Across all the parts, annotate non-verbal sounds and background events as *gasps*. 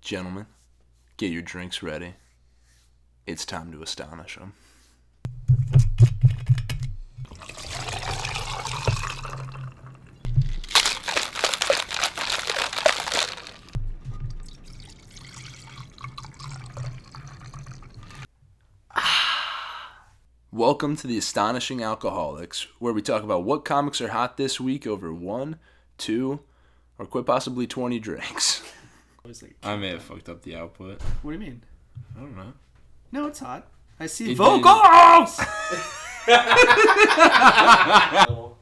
Gentlemen, get your drinks ready. It's time to astonish them. Ah. Welcome to the Astonishing Alcoholics, where we talk about what comics are hot this week over one, two, or quite possibly 20 drinks. I was like, I may have fucked up the output. what do you mean? I don't know. No, it's hot. I see It vocals. *laughs*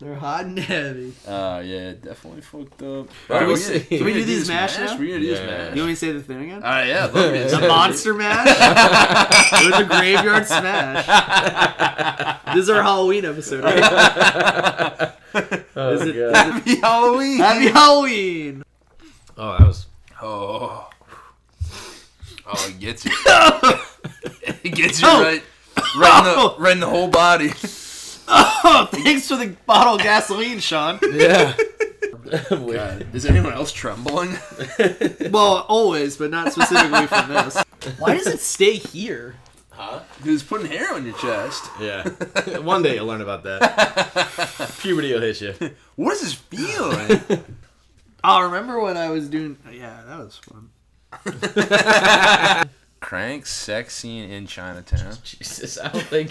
They're hot and heavy. Uh, yeah, definitely fucked up. Alright, we we're s- gonna- can we do these mash now? We're gonna do Yeah. this You mash. want me to say the thing again? Uh, All right, yeah, love it. the monster mash. it was a graveyard smash. this is our Halloween episode. Right? Oh, Is it- God. Happy Halloween. *laughs* Happy Halloween. oh, that was. Oh. Oh, it gets you. it gets you Oh. right, right, in the, right in the whole body. Oh, thanks for the bottle of gasoline, Sean. Yeah. Is anyone else trembling? *laughs* Well, always, but not specifically from this. Why does it stay here? Who's putting hair on your chest? yeah. One day you'll learn about *laughs* that. Puberty will hit you. What is this feeling? I remember when I was doing. Yeah, that was fun. Crank sex scene in Chinatown. Jesus, I don't think.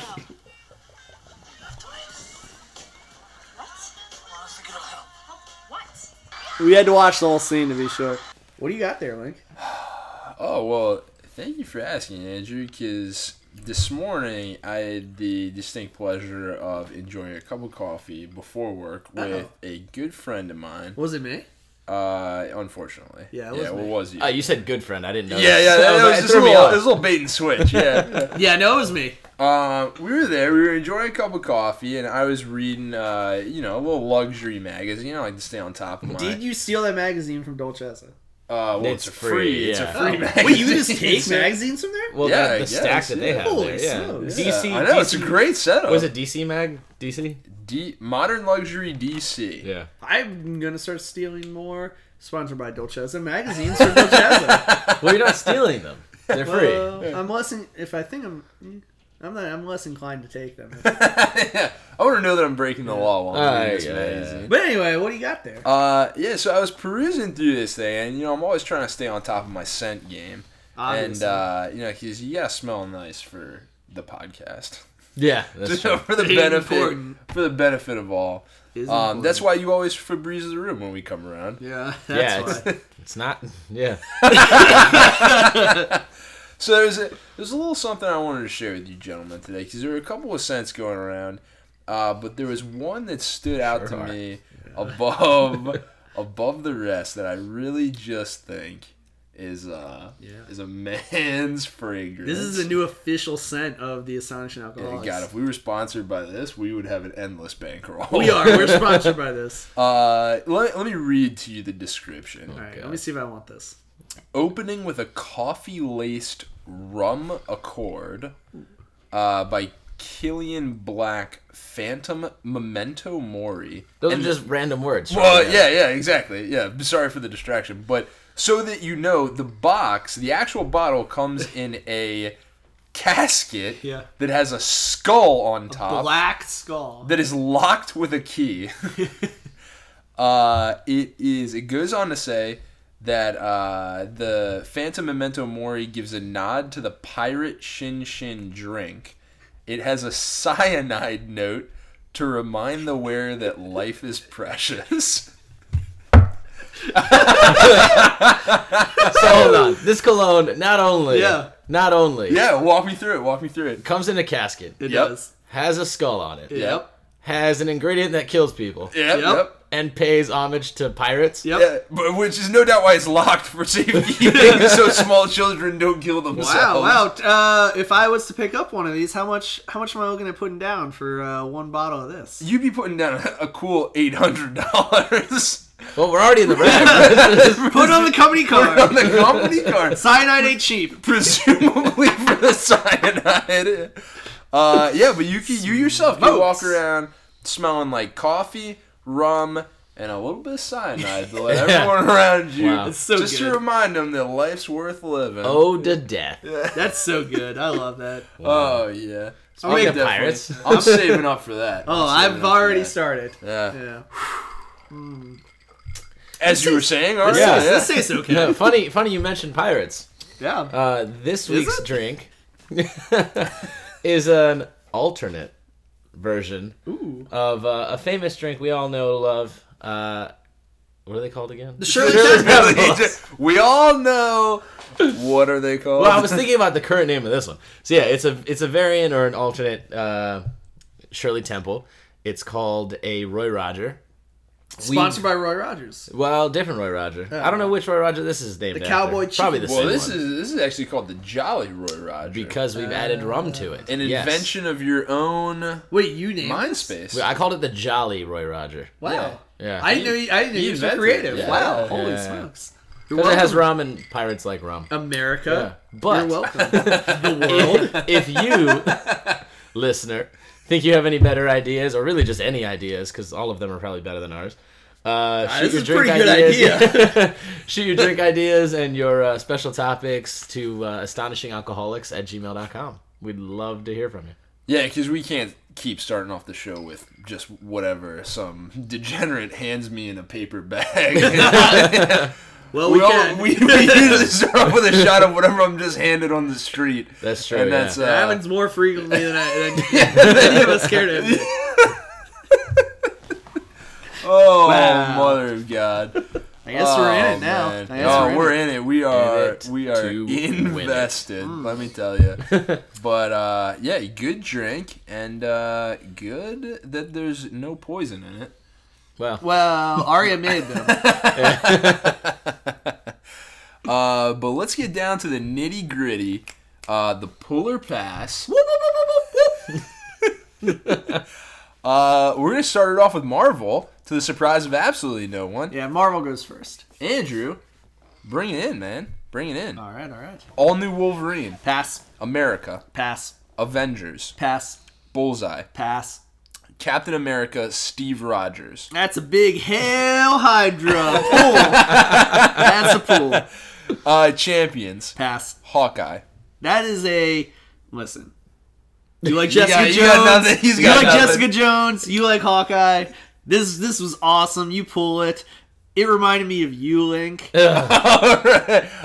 What? We had to watch the whole scene to be sure. What do you got there, Link? Oh well, thank you for asking, Andrew. Because this morning I had the distinct pleasure of enjoying a cup of coffee before work with Uh-oh. a good friend of mine. Was it me? Uh, unfortunately, Yeah, it yeah, was what me. was you? Oh, you said good friend. I didn't know. yeah, that. yeah, I that was was, like, it just a threw me little, off. it was a little bait and switch. Yeah. *laughs* Yeah, no, it was me. Um, we were there. We were enjoying a cup of coffee, and I was reading, uh, you know, a little luxury magazine. You know, I like to stay on top of my. Did you steal that magazine from *laughs* Dolcezza? Uh, well, it's, It's a free. free, It's a yeah. free *laughs* Oh. magazine. Wait, you just *laughs* take magazines from there? Well, Yeah, the, I the guess, stack that they yeah. have. Holy there, yeah. smokes. Yeah, DC. I know it's a DC great setup. Was it DC Mag? DC? D- modern luxury DC? Yeah. I'm gonna start stealing more sponsored by Dolcezza magazines *laughs* from Dolcezza. Well, you're not stealing them. They're free. Well, I'm less in, if I think I'm, I'm not. I'm less inclined to take them. yeah. *laughs* I want to know that I'm breaking the law while I'm Ah, reading this yeah, magazine. But anyway, what do you got there? Uh, yeah. So I was perusing through this thing, and you know, I'm always trying to stay on top of my scent game, Obviously. and uh, you know, because you gotta smell nice for the podcast. *laughs* Yeah. That's true. for the It's benefit important. for the benefit of all. Is Um, important. that's why you always Febreze the room when we come around. Yeah, Yeah, that's *laughs* why. It's not. Yeah. So there's a, there's a little something I wanted to share with you gentlemen today because there were a couple of scents going around, uh, but there was one that stood out to Sure are. me *laughs* above above the rest that I really just think is uh Yeah. is a man's *laughs* fragrance. This is the new official scent of the Astonishing Yeah, Alcoholics. God, if we were sponsored by this, we would have an endless bankroll. we are. We're sponsored by this. *laughs* Uh, let, let me read to you the description. All right, let God. me see if I want this. opening with a coffee laced rum accord uh, by Killian Black Phantom Memento Mori. Those And- are just random words. Well, yeah, yeah, exactly. Yeah, sorry for the distraction. But so that you know, the box, the actual bottle comes in a casket Yeah. that has a skull on top Black Skull. that is locked with a *laughs* key. uh, it is. It goes on to say that uh, the Phantom Memento Mori gives a nod to the pirate Shin Shin drink. It has a cyanide note to remind the wearer that life is precious. *laughs* So hold on. This cologne not only. Yeah. Not only. yeah, walk me through it. Walk me through it. Comes in a casket. it Yep. does. Has a skull on it. Yep. Has an ingredient that kills people. Yep, Yep. yep. And pays homage to pirates. Yep. Yeah, but which is no doubt why it's locked for safety, *laughs* so small children don't kill themselves. Wow, wow. Uh, if I was to pick up one of these, how much how much am I looking at putting down for uh, one bottle of this? You'd be putting down a cool eight hundred dollars. Well, we're already in *laughs* the red. *laughs* Put it on the *laughs* company on card. the company card, Cyanide ain't *laughs* cheap. presumably for the cyanide. Uh, yeah, but you can, you yourself you Smokes. walk around smelling like coffee, rum, and a little bit of cyanide to *laughs* let everyone around you Wow. Oh. It's so just good. to remind them that life's worth living. Ode to death. That's so good. I *laughs* love that. Oh yeah. Speaking I'm of definitely- pirates. *laughs* I'm saving up for that. Oh, I'm saving I've up for already that. started. Yeah. Yeah. As you were saying, all right. Yeah. *laughs* Yeah. This *laughs* tastes okay. No, Yeah. *laughs* funny, funny. You mentioned pirates. Uh, this week's it? drink *laughs* is an alternate version Ooh. of uh, a famous drink we all know and love. Uh, what are they called again? The Shirley *laughs* Really, just- we all know what are they called? well, I was thinking about the current name of this one. So yeah, it's a it's a variant or an alternate uh, Shirley Temple. It's called a Roy Roger. *laughs* We- Sponsored by Roy Rogers. well, different Roy Roger. I don't know which Roy Roger this is named. Oh. The after. cowboy Probably the well, chicken. same this one. is this is actually called the Jolly Roy Roger. because we've Uh, added rum to it. an Yes. invention of your own Wait, you named mind this? space. I called it the Jolly Roy Roger. Wow. Yeah. Yeah. I didn't know you, I didn't know He you were so invented it. creative. Yeah. Wow. Yeah. Holy Yeah. smokes. Because it has rum and pirates like rum. America. Yeah. But- you're *laughs* welcome. the *laughs* world. If, *laughs* if you, listener, think you have any better ideas, or really just any ideas, because all of them are probably better than ours, uh, shoot this your is drink pretty good ideas. *laughs* shoot your drink ideas and your uh, special topics to uh, astonishingalcoholics at gmail.com. We'd love to hear from you. Yeah, because we can't keep starting off the show with just whatever some degenerate hands me in a paper *laughs* bag. Well, we, we, all- can. *laughs* we, we usually *laughs* start off with a shot of whatever I'm just handed on the street. That's true. and yeah. that's uh, That happens more frequently than, I, *laughs* than, *laughs* than any of us scared of. oh Wow. mother of God. I guess we're in it now. man. I guess oh, we're in we're, in it. We are. it we are to win it. invested. Hmm. Let me tell *laughs* you. but uh, yeah, good drink and uh, good that there's no poison in it. well, *laughs* Well, Arya made them. Uh, but let's get down to the nitty gritty. Uh, the Puller Pass. *laughs* uh, we're gonna start it off with Marvel, to the surprise of absolutely no one. yeah, Marvel goes first. Andrew, bring it in, man. Bring it in. All right, all right. All new Wolverine, Pass, America, pass, Avengers, pass, Bullseye, pass. Captain America, Steve Rogers, That's a big hell hydra *laughs* pool. That's a pool. uh, Champions, Pass. Hawkeye. *laughs* That is a listen. You like Jessica got- Jones? you got nothing. He's you got like nothing. Jessica Jones? You like Hawkeye? This this was awesome. You pull it. It reminded me of you, Link. Alright.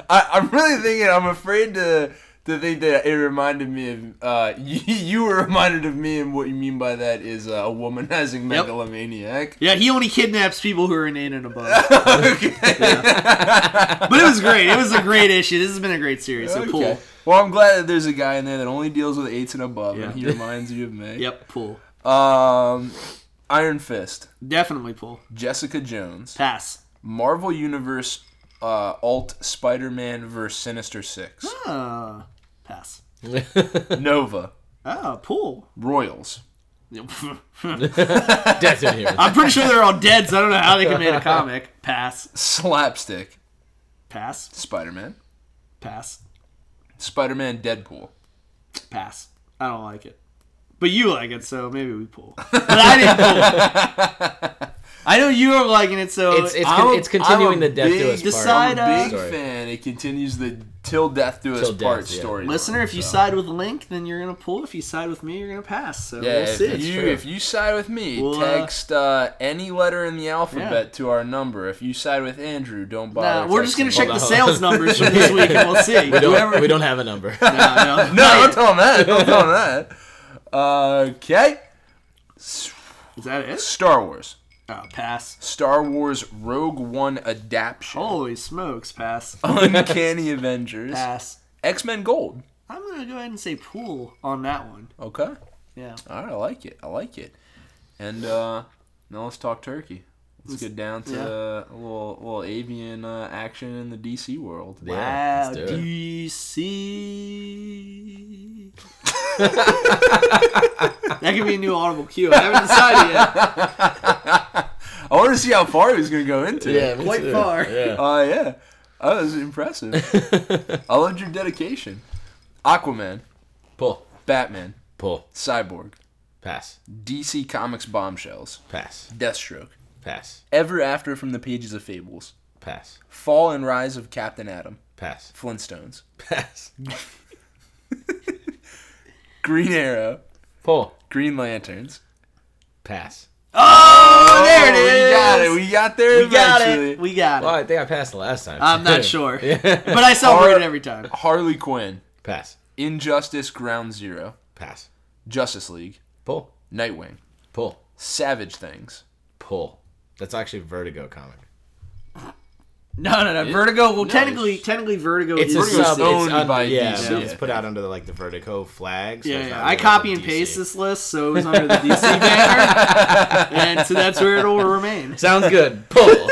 I, I'm really thinking. I'm afraid to to think that it reminded me of uh, *laughs* you, you were reminded of me, and what you mean by that is uh, a *laughs* womanizing Yep. megalomaniac. Yeah, he only kidnaps people who are inane and *laughs* above. okay. But it was great. It was a great issue. This has been a great series. So Okay. pull. Well, I'm glad that there's a guy in there that only deals with eights and above, Yeah. and he reminds you of me. Yep, pull. Um, Iron Fist, Definitely pull. Jessica Jones, Pass. Marvel Universe, uh, Alt Spider-Man versus Sinister *gasps* Six, *gasps* Uh, pass. *laughs* Nova, Oh, *laughs* pull. Royals, death in here. I'm pretty sure they're all dead, so I don't know how they can make a comic. Pass. Slapstick, Pass. Spider-Man, Pass. Spider-Man, Deadpool. Pass. I don't like it. But you like it, so maybe we pull. But I didn't pull. I know you are liking it, so It's, it's, I'm a- con- it's continuing I'm a the death to big us part. decide- I'm a big Sorry. fan. It continues the till death do us Till death, part yeah. story. listener, if you side with Link, then you're gonna pull. If you side with me, you're gonna pass. So yeah, we'll if see. you true. if you side with me, Well, uh, text uh, any letter in the alphabet to our number. If you side with Andrew, don't bother. Nah, we're just gonna texting. check Hold the on. sales numbers from *laughs* this week, and we'll see. *laughs* We Whoever- don't, we don't have *laughs* a number. No, *laughs* no. No, don't tell him that. Don't tell *laughs* him that. Okay. Is that it? Star Wars. Oh, pass. Star Wars Rogue One adaptation. Holy smokes, pass. *laughs* Oh, Uncanny *laughs* Avengers. Pass. X Men Gold. I'm gonna go ahead and say pool on that one. Okay. Yeah. All right, I like it. I like it. And uh, now let's talk turkey. Let's get down to yeah. uh, a little little avian uh, action in the DC world. Yeah, wow, let's do it. DC. *laughs* that could be a new audible cue. I haven't decided *laughs* yet. I want to see how far he was going to go into. Yeah, it. me Quite too. far. *laughs* Yeah. Uh, yeah. That was impressive. I loved your dedication. Aquaman, Pull. Batman, Pull. Cyborg, Pass. DC Comics bombshells, Pass. Deathstroke, Pass. Ever After from the Pages of Fables. Pass. Fall and Rise of Captain Atom. Pass. Flintstones. Pass. Green Arrow. Pull. Green Lanterns. Pass. Oh, there it We is. got it. We got there We got eventually. it. We got it. Well, I think I passed the last time. I'm *laughs* not too. sure, Yeah. but I celebrate Or- it every *laughs* time. Harley Quinn. Pass. Injustice Ground Zero. Pass. Justice League. Pull. Nightwing. Pull. Savage Things. Pull. That's actually a Vertigo comic. No, no, no. Vertigo. Well, no, technically, it's- technically, Vertigo It's a is. Vertigo's sub. owned It's under, by yeah, DC. but it's put out under the, like the Vertigo flag. so yeah, it's yeah. not I really copy like and the paste DC. this list, so it was under the DC banner, and so that's where it will remain. *laughs* Sounds *laughs* good. Pull.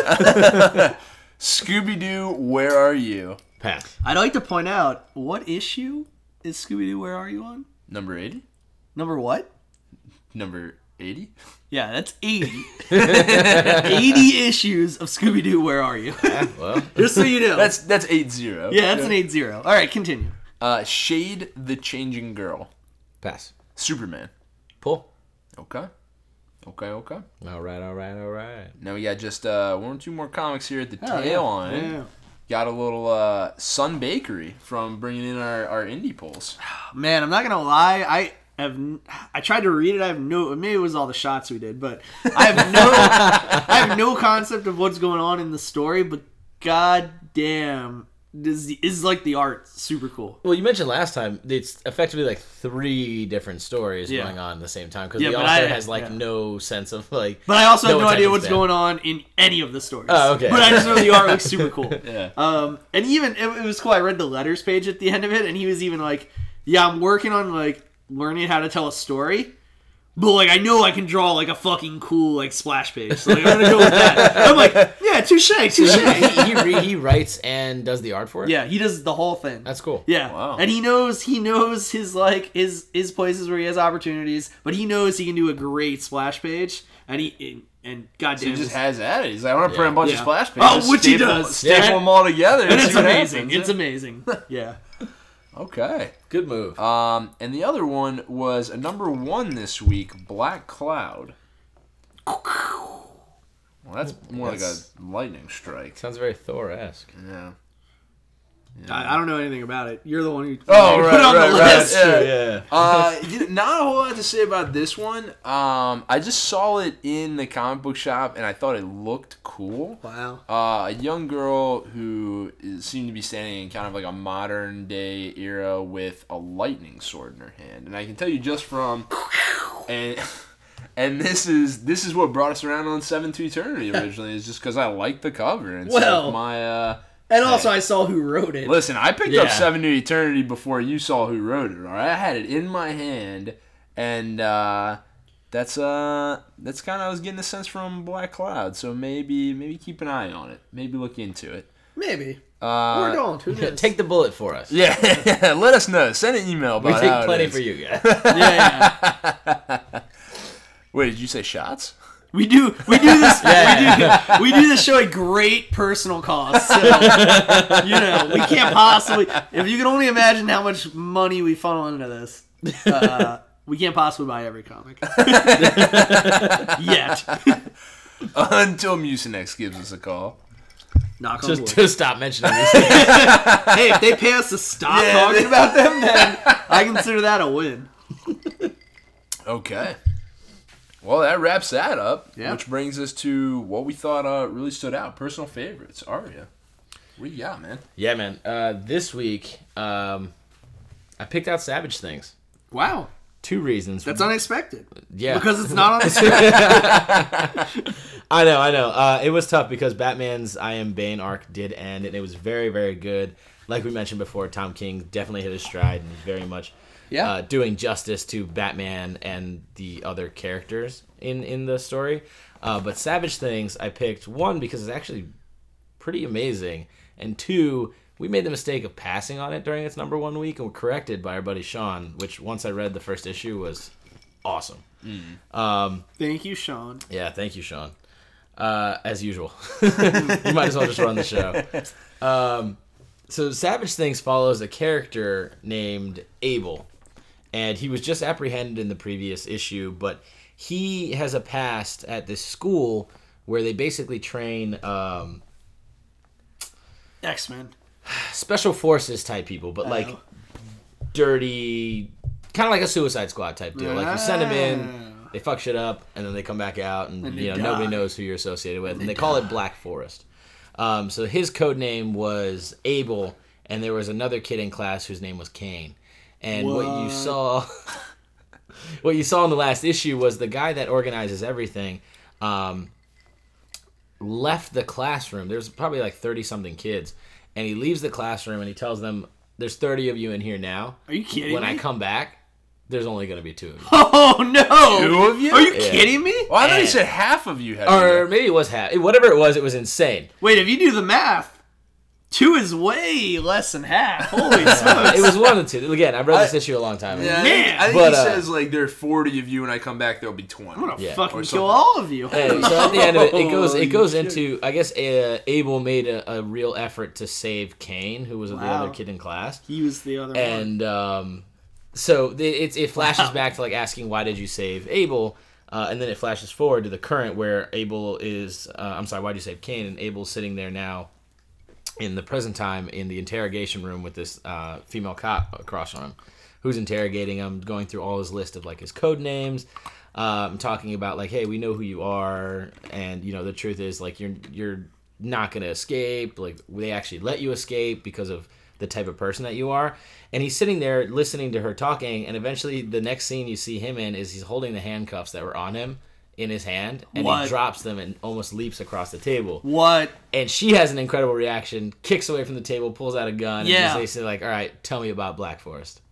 Scooby Doo, Where Are You? pass. I'd like to point out what issue is Scooby Doo? Where are you on? Number 80? Number what? Number 80? Yeah, that's 80. *laughs* 80 issues of Scooby Doo, Where Are You? *laughs* Well, Just so you know. That's that's 80. yeah, that's an 8 0. All right, continue. Uh, Shade the Changing Girl. pass. Superman. Pull. Okay. Okay, okay. All right. All right. All right. Now we got just uh, one or two more comics here at the tail Oh, yeah. on. Yeah. Got a little uh, Sun Bakery from bringing in our, our indie polls. Man, I'm not going to lie. I. Have, n- I tried to read it. I have no. Maybe it was all the shots we did, but I have no. I have no concept of what's going on in the story. But god damn, this is like the art super cool. Well, you mentioned last time it's effectively like three different stories Yeah. going on at the same time because Yeah, the but author I- has like yeah. no sense of like. But I also have no idea attention what's span. going on in any of the stories. Oh, okay. But I just know the art looks super cool. Yeah. Um, and even it, it was cool. I read the letters page at the end of it, and he was even like, "Yeah, I'm working on like learning how to tell a story." But like I know I can draw like a fucking cool like splash page, so like, I'm gonna go with that. I'm like, yeah, touche, touche. *laughs* he, he, re- he writes and does the art for it. Yeah, he does the whole thing. that's cool. Yeah, Wow. and he knows he knows his like his his places where he has opportunities, but he knows he can do a great splash page, and he and, and He goddamn, just has at it. He's like, I want to print a bunch Yeah. of splash Oh, pages. which he staple- does. Staple Yeah. them all together. and see it's what amazing. happens. It's amazing. *laughs* Yeah. okay. Good move. Um, and the other one was a number one this week, Black Cloud. Well, that's more That's- like a lightning strike. Sounds very Thor esque. Yeah. I, I don't know anything about it. You're the one who Oh, who right, put it on right, the right. list. Yeah. Yeah. uh, you know, not a whole lot to say about this one. Um, I just saw it in the comic book shop, and I thought it looked cool. *laughs* Wow. Uh, a young girl who is, seemed to be standing in kind of like a modern day era with a lightning sword in her hand, and I can tell you just from and *laughs* and this is this is what brought us around on Seven to Eternity originally is just because I liked the cover and Well- so my uh, And also, I saw who wrote it. Listen, I picked up Yeah. Seven to Eternity before you saw who wrote it. All right, I had it in my hand, and uh, that's uh, that's kind of I was getting a sense from Black Cloud. So maybe maybe keep an eye on it. Maybe look into it. Maybe. or Uh, *laughs* don't. Who knows? *laughs* Take the bullet for us. yeah, *laughs* yeah, let us know. Send an email. We About how take it plenty is. for you *laughs* guys. yeah, yeah. Wait, did you say shots? We do. We do this. Yeah. we, do, we do this show at great *laughs* personal cost. So, you know, we can't possibly. If you can only imagine how much money we funnel into this, uh, we can't possibly buy every comic *laughs* yet. *laughs* Until Mucinex gives us a call. Knock on just, wood. just stop mentioning these. hey, if they pay us to stop talking about *laughs* them, then I consider that a win. Okay. Well, that wraps that up, Yeah. which brings us to what we thought uh, really stood out. Personal favorites, Arya. What you got, man? yeah, man. Uh, this week, um, I picked out Savage Things. Wow, Two reasons. that's unexpected *laughs* yeah. because it's not on the script. I know, I know. Uh, it was tough because Batman's I Am Bane arc did end, and it was very, very good. Like we mentioned before, Tom King definitely hit his stride and very much Yeah. uh, doing justice to Batman and the other characters in, in the story. Uh, but Savage Things, I picked one because it's actually pretty amazing, and two, we made the mistake of passing on it during its number one week and were corrected by our buddy Sean, which once I read the first issue was awesome. *laughs* Thank you, Sean. Yeah, thank you, Sean. Uh, as usual, *laughs* you might as well just run the show. Um, so Savage Things follows a character named Abel, and he was just apprehended in the previous issue, but he has a past at this school where they basically train um, X Men. special forces type people, but like Oh. dirty, kind of like a Suicide Squad type deal. Like you send them in, Ah. they fuck shit up, and then they come back out, and, And they you know die. nobody knows who you're associated with, and, they, call it Black Forest. Um, so his code name was Abel, and there was another kid in class whose name was Kane. And what, you What? saw, *laughs* what you saw in the last issue was the guy that organizes everything. Um, left the classroom. There's probably like 30 something kids. And he leaves the classroom and he tells them, There's 30 of you in here now. Are you kidding When me? I come back, there's only going to be two of you. *laughs* Oh no! Two of you? Are you Yeah. kidding me? Well, I thought he And- said half of you had. Or maybe it was half. Whatever it was, it was insane. Wait, if you do the math, two is way less than half. *laughs* Holy smokes! It was one of the two. Again, I read this I- issue a long time ago. Yeah, I think, Man. I think But, he uh, says like there are forty of you, and I come back, there'll be twenty. I'm gonna Yeah, fucking or something. kill all of you. Hey, so at the end of it, it goes it Oh, goes shit. into I guess uh, Abel made a, a real effort to save Kane, who was the Wow. other kid in class. *laughs* He was the other one. and um, so the- it, it flashes back to like asking why did you save Abel, uh, and then it flashes forward to the current where Abel is. Uh, I'm sorry, why did you save Cain? And Abel's sitting there now, in the present time, in the interrogation room with this uh, female cop across from him, who's interrogating him, going through all his list of like his code names. Um, talking about like, hey, we know who you are, and you know the truth is like you're you're not gonna escape. Like they actually let you escape because of the type of person that you are. And he's sitting there listening to her talking, and eventually the next scene you see him in is he's holding the handcuffs that were on him in his hand, and What? he drops them and almost leaps across the table. What? And she has an incredible reaction, kicks away from the table, pulls out a gun, Yeah. and he's basically like, "All right, tell me about Black Forest."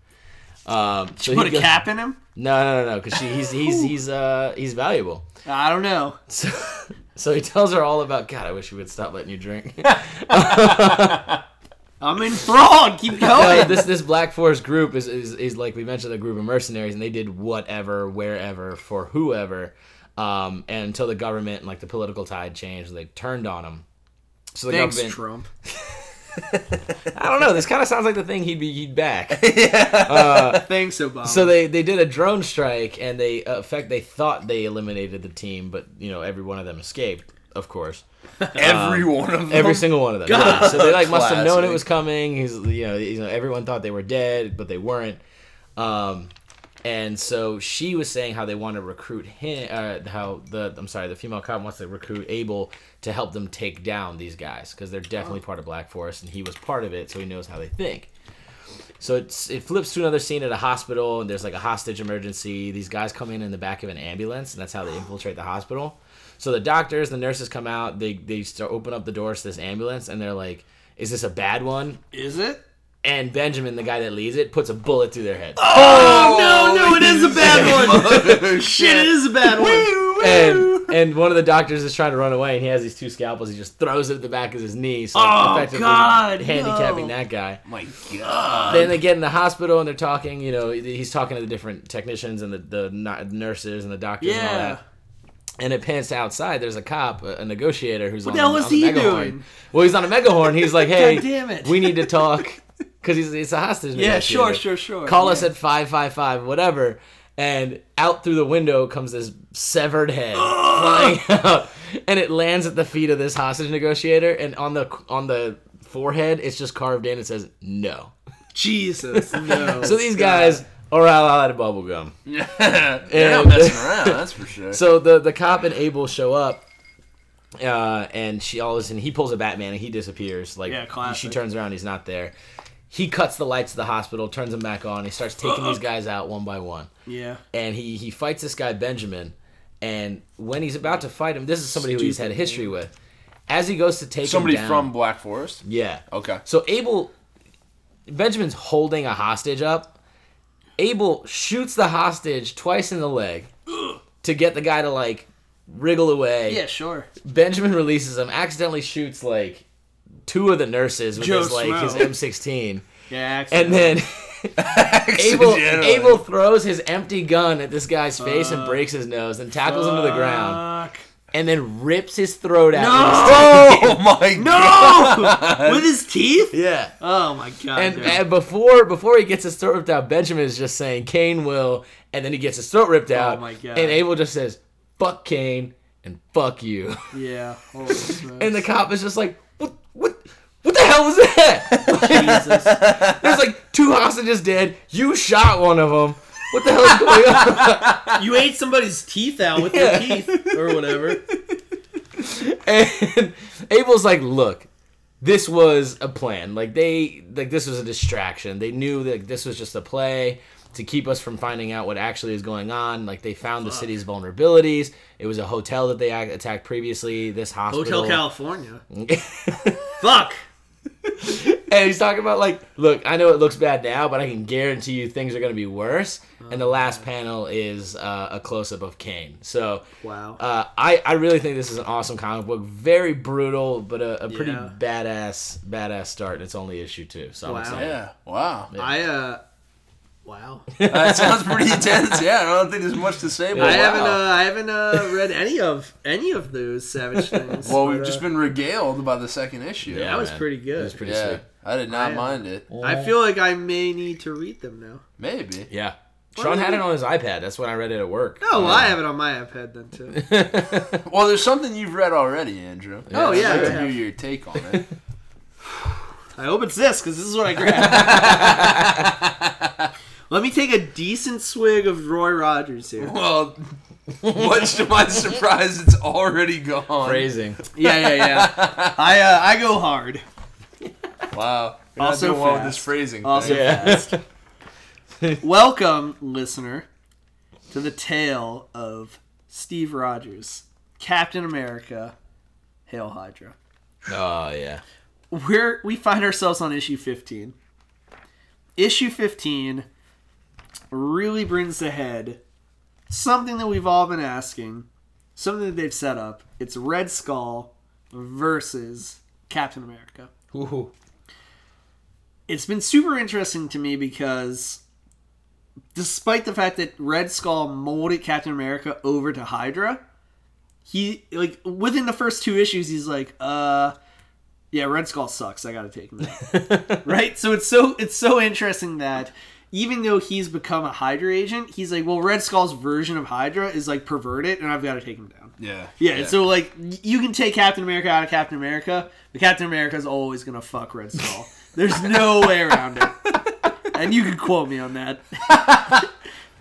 Um, so he Put a goes- cap in him? No, no, no, no, because he's he's he's uh he's valuable. *laughs* I don't know. So, so he tells her all about God. I wish we would stop letting *laughs* you drink. I'm enthralled. Keep *laughs* No, going. this this Black Forest group is, is is like we mentioned a group of mercenaries, and they did whatever, wherever, for whoever, um, and until the government and like the political tide changed, they turned on them. So the Thanks, government. Trump. I don't know. This kind of sounds like the thing he'd be he'd back. *laughs* Thanks, Obama. so they they did a drone strike, and they uh, effect they thought they eliminated the team, but you know every one of them escaped, of course. Every one of them. *laughs* Every single one of them. yeah. So they like must have known it Classic. was coming. He's you know, you know everyone thought they were dead, but they weren't. Um, and so she was saying how they want to recruit him. Uh, how the I'm sorry, the female cop wants to recruit Abel to help them take down these guys because they're definitely part of Black Forest, and he was part of it, so he knows how they think. So it's it flips to another scene at a hospital, and there's like a hostage emergency. These guys come in in the back of an ambulance, and that's how they infiltrate the hospital. So the doctors, the nurses come out. They they start open up the doors to this ambulance, and they're like, "Is this a bad one?" is it? And Benjamin, the guy that leads it, puts a bullet through their head. Oh, no, no, it is *laughs* a bad one. *laughs* one. *laughs* Shit, it is a *laughs* bad one. and and one of the doctors is trying to run away, and he has these two scalpels. He just throws it at the back of his knee, so Oh, effectively God, handicapping no. that guy. My *laughs* God. Um, Then they get in the hospital and they're talking. You know, he's talking to the different technicians and the the n- nurses and the doctors and all Yeah. that. and it pans to outside. There's a cop, a a negotiator who's on, the hell on was the he megahorn. doing? Well, he's on a megahorn. He's *laughs* like, "Hey, damn it." we need *laughs* to talk," because he's it's a hostage. Yeah, sure, negotiator. sure, sure. Call yeah. us at five five five, whatever. And out through the window comes this severed *gasps* head flying out, and it lands at the feet of this hostage negotiator. And on the on the forehead, it's just carved in. It says no. Jesus, *laughs* no. *laughs* So these guys are all out of bubble gum. They're not And- messing around, that's for sure. So the the cop and Abel show up, uh, and she all of a sudden he pulls a Batman and he disappears. Like Yeah, classic. she turns around, he's not there. He cuts the lights of the hospital, turns them back on. He starts *laughs* taking these guys out one by one, Yeah. and he he fights this guy Benjamin. And when he's about to fight him, this is somebody who he's had Stupid history with. As he goes to take Somebody him down, from Black Forest. yeah, Okay. so Abel, Benjamin's holding a hostage up. Abel shoots the hostage twice in the leg to get the guy to like wriggle away. Yeah, sure. Benjamin releases him, accidentally shoots like two of the nurses with Joe his like his Schmo. M16, Yeah, and accident. *laughs* then Abel Accidentally. Abel throws his empty gun at this guy's face Uh. and breaks his nose and tackles him to the ground Fuck. and then rips his throat out. with his- *laughs* Oh *laughs* my *laughs* God. No! *laughs* With his teeth? *laughs* Yeah. Oh my god. Oh! and, dude. and before before he gets his throat ripped out, Benjamin is just saying Kane will, and then he gets his throat ripped out. Oh my God. And Abel just says, "Fuck Kane," and fuck you. *laughs* Yeah. Holy smokes. And the *laughs* cop is just like, what, what, what the hell was that? *laughs* Jesus. There's like two hostages dead. You shot one of them. What the hell is going on? You ate somebody's teeth out with Yeah. your teeth or whatever. *laughs* And *laughs* Abel's like, look, this was a plan. Like they, like this was a distraction. They knew that this was just a play to keep us from finding out what actually is going on. Like they found the city's vulnerabilities. It was a hotel that they ac- attacked previously. This hospital. Hotel *laughs* California. Fuck. And he's talking about like, look, I know it looks bad now, but I can guarantee you things are gonna be worse. and the last panel is uh, a close up of Kane. So Wow. uh, I I really think this is an awesome comic book. Very brutal, but a, a pretty Yeah. badass badass start. And it's only issue two, so Wow. I'm excited. Yeah. Wow. I uh wow. *laughs* That sounds pretty intense. Yeah, I don't think there's much to say. But I wow. haven't uh, I haven't uh, read any of any of those *laughs* savage things. well, but, we've uh, just been regaled by the second issue. that was pretty good. It was pretty Yeah. sweet. I did not I, uh, mind it. I feel like I may need to read them now. Maybe. Yeah. Sean had it on his iPad. That's when I read it at work. Uh, Oh, well, I have it on my iPad then too. Well, there's something you've read already, Andrew. Oh, I'd yeah, like I to have. hear your take on *laughs* it. *laughs* I hope it's this because this is what I grabbed. *laughs* Let me take a decent swig of Roy Rogers here. well, *laughs* much to my surprise, it's already gone. *laughs* Phrasing. Yeah, yeah, *laughs* yeah. I uh, I go hard. Wow. You're Also not doing well with fast. this phrasing. Also thing. Yeah. fast. Welcome, listener, to the tale of Steve Rogers, Captain America, Hail Hydra. Oh yeah. We're we find ourselves on issue fifteen. Issue fifteen really brings to head something that we've all been asking, something that they've set up. It's Red Skull versus Captain America. Ooh. it's been super interesting to me because despite the fact that Red Skull molded Captain America over to Hydra, he like within the first two issues he's like, uh yeah, Red Skull sucks. I got to take him down. right? So it's so it's so interesting that even though he's become a Hydra agent, he's like, well, Red Skull's version of Hydra is like perverted and I've got to take him down. Yeah. Yeah, so like y- you can take Captain America out of Captain America, but Captain America is always gonna fuck Red Skull. There's no way around it. And you can quote me on that.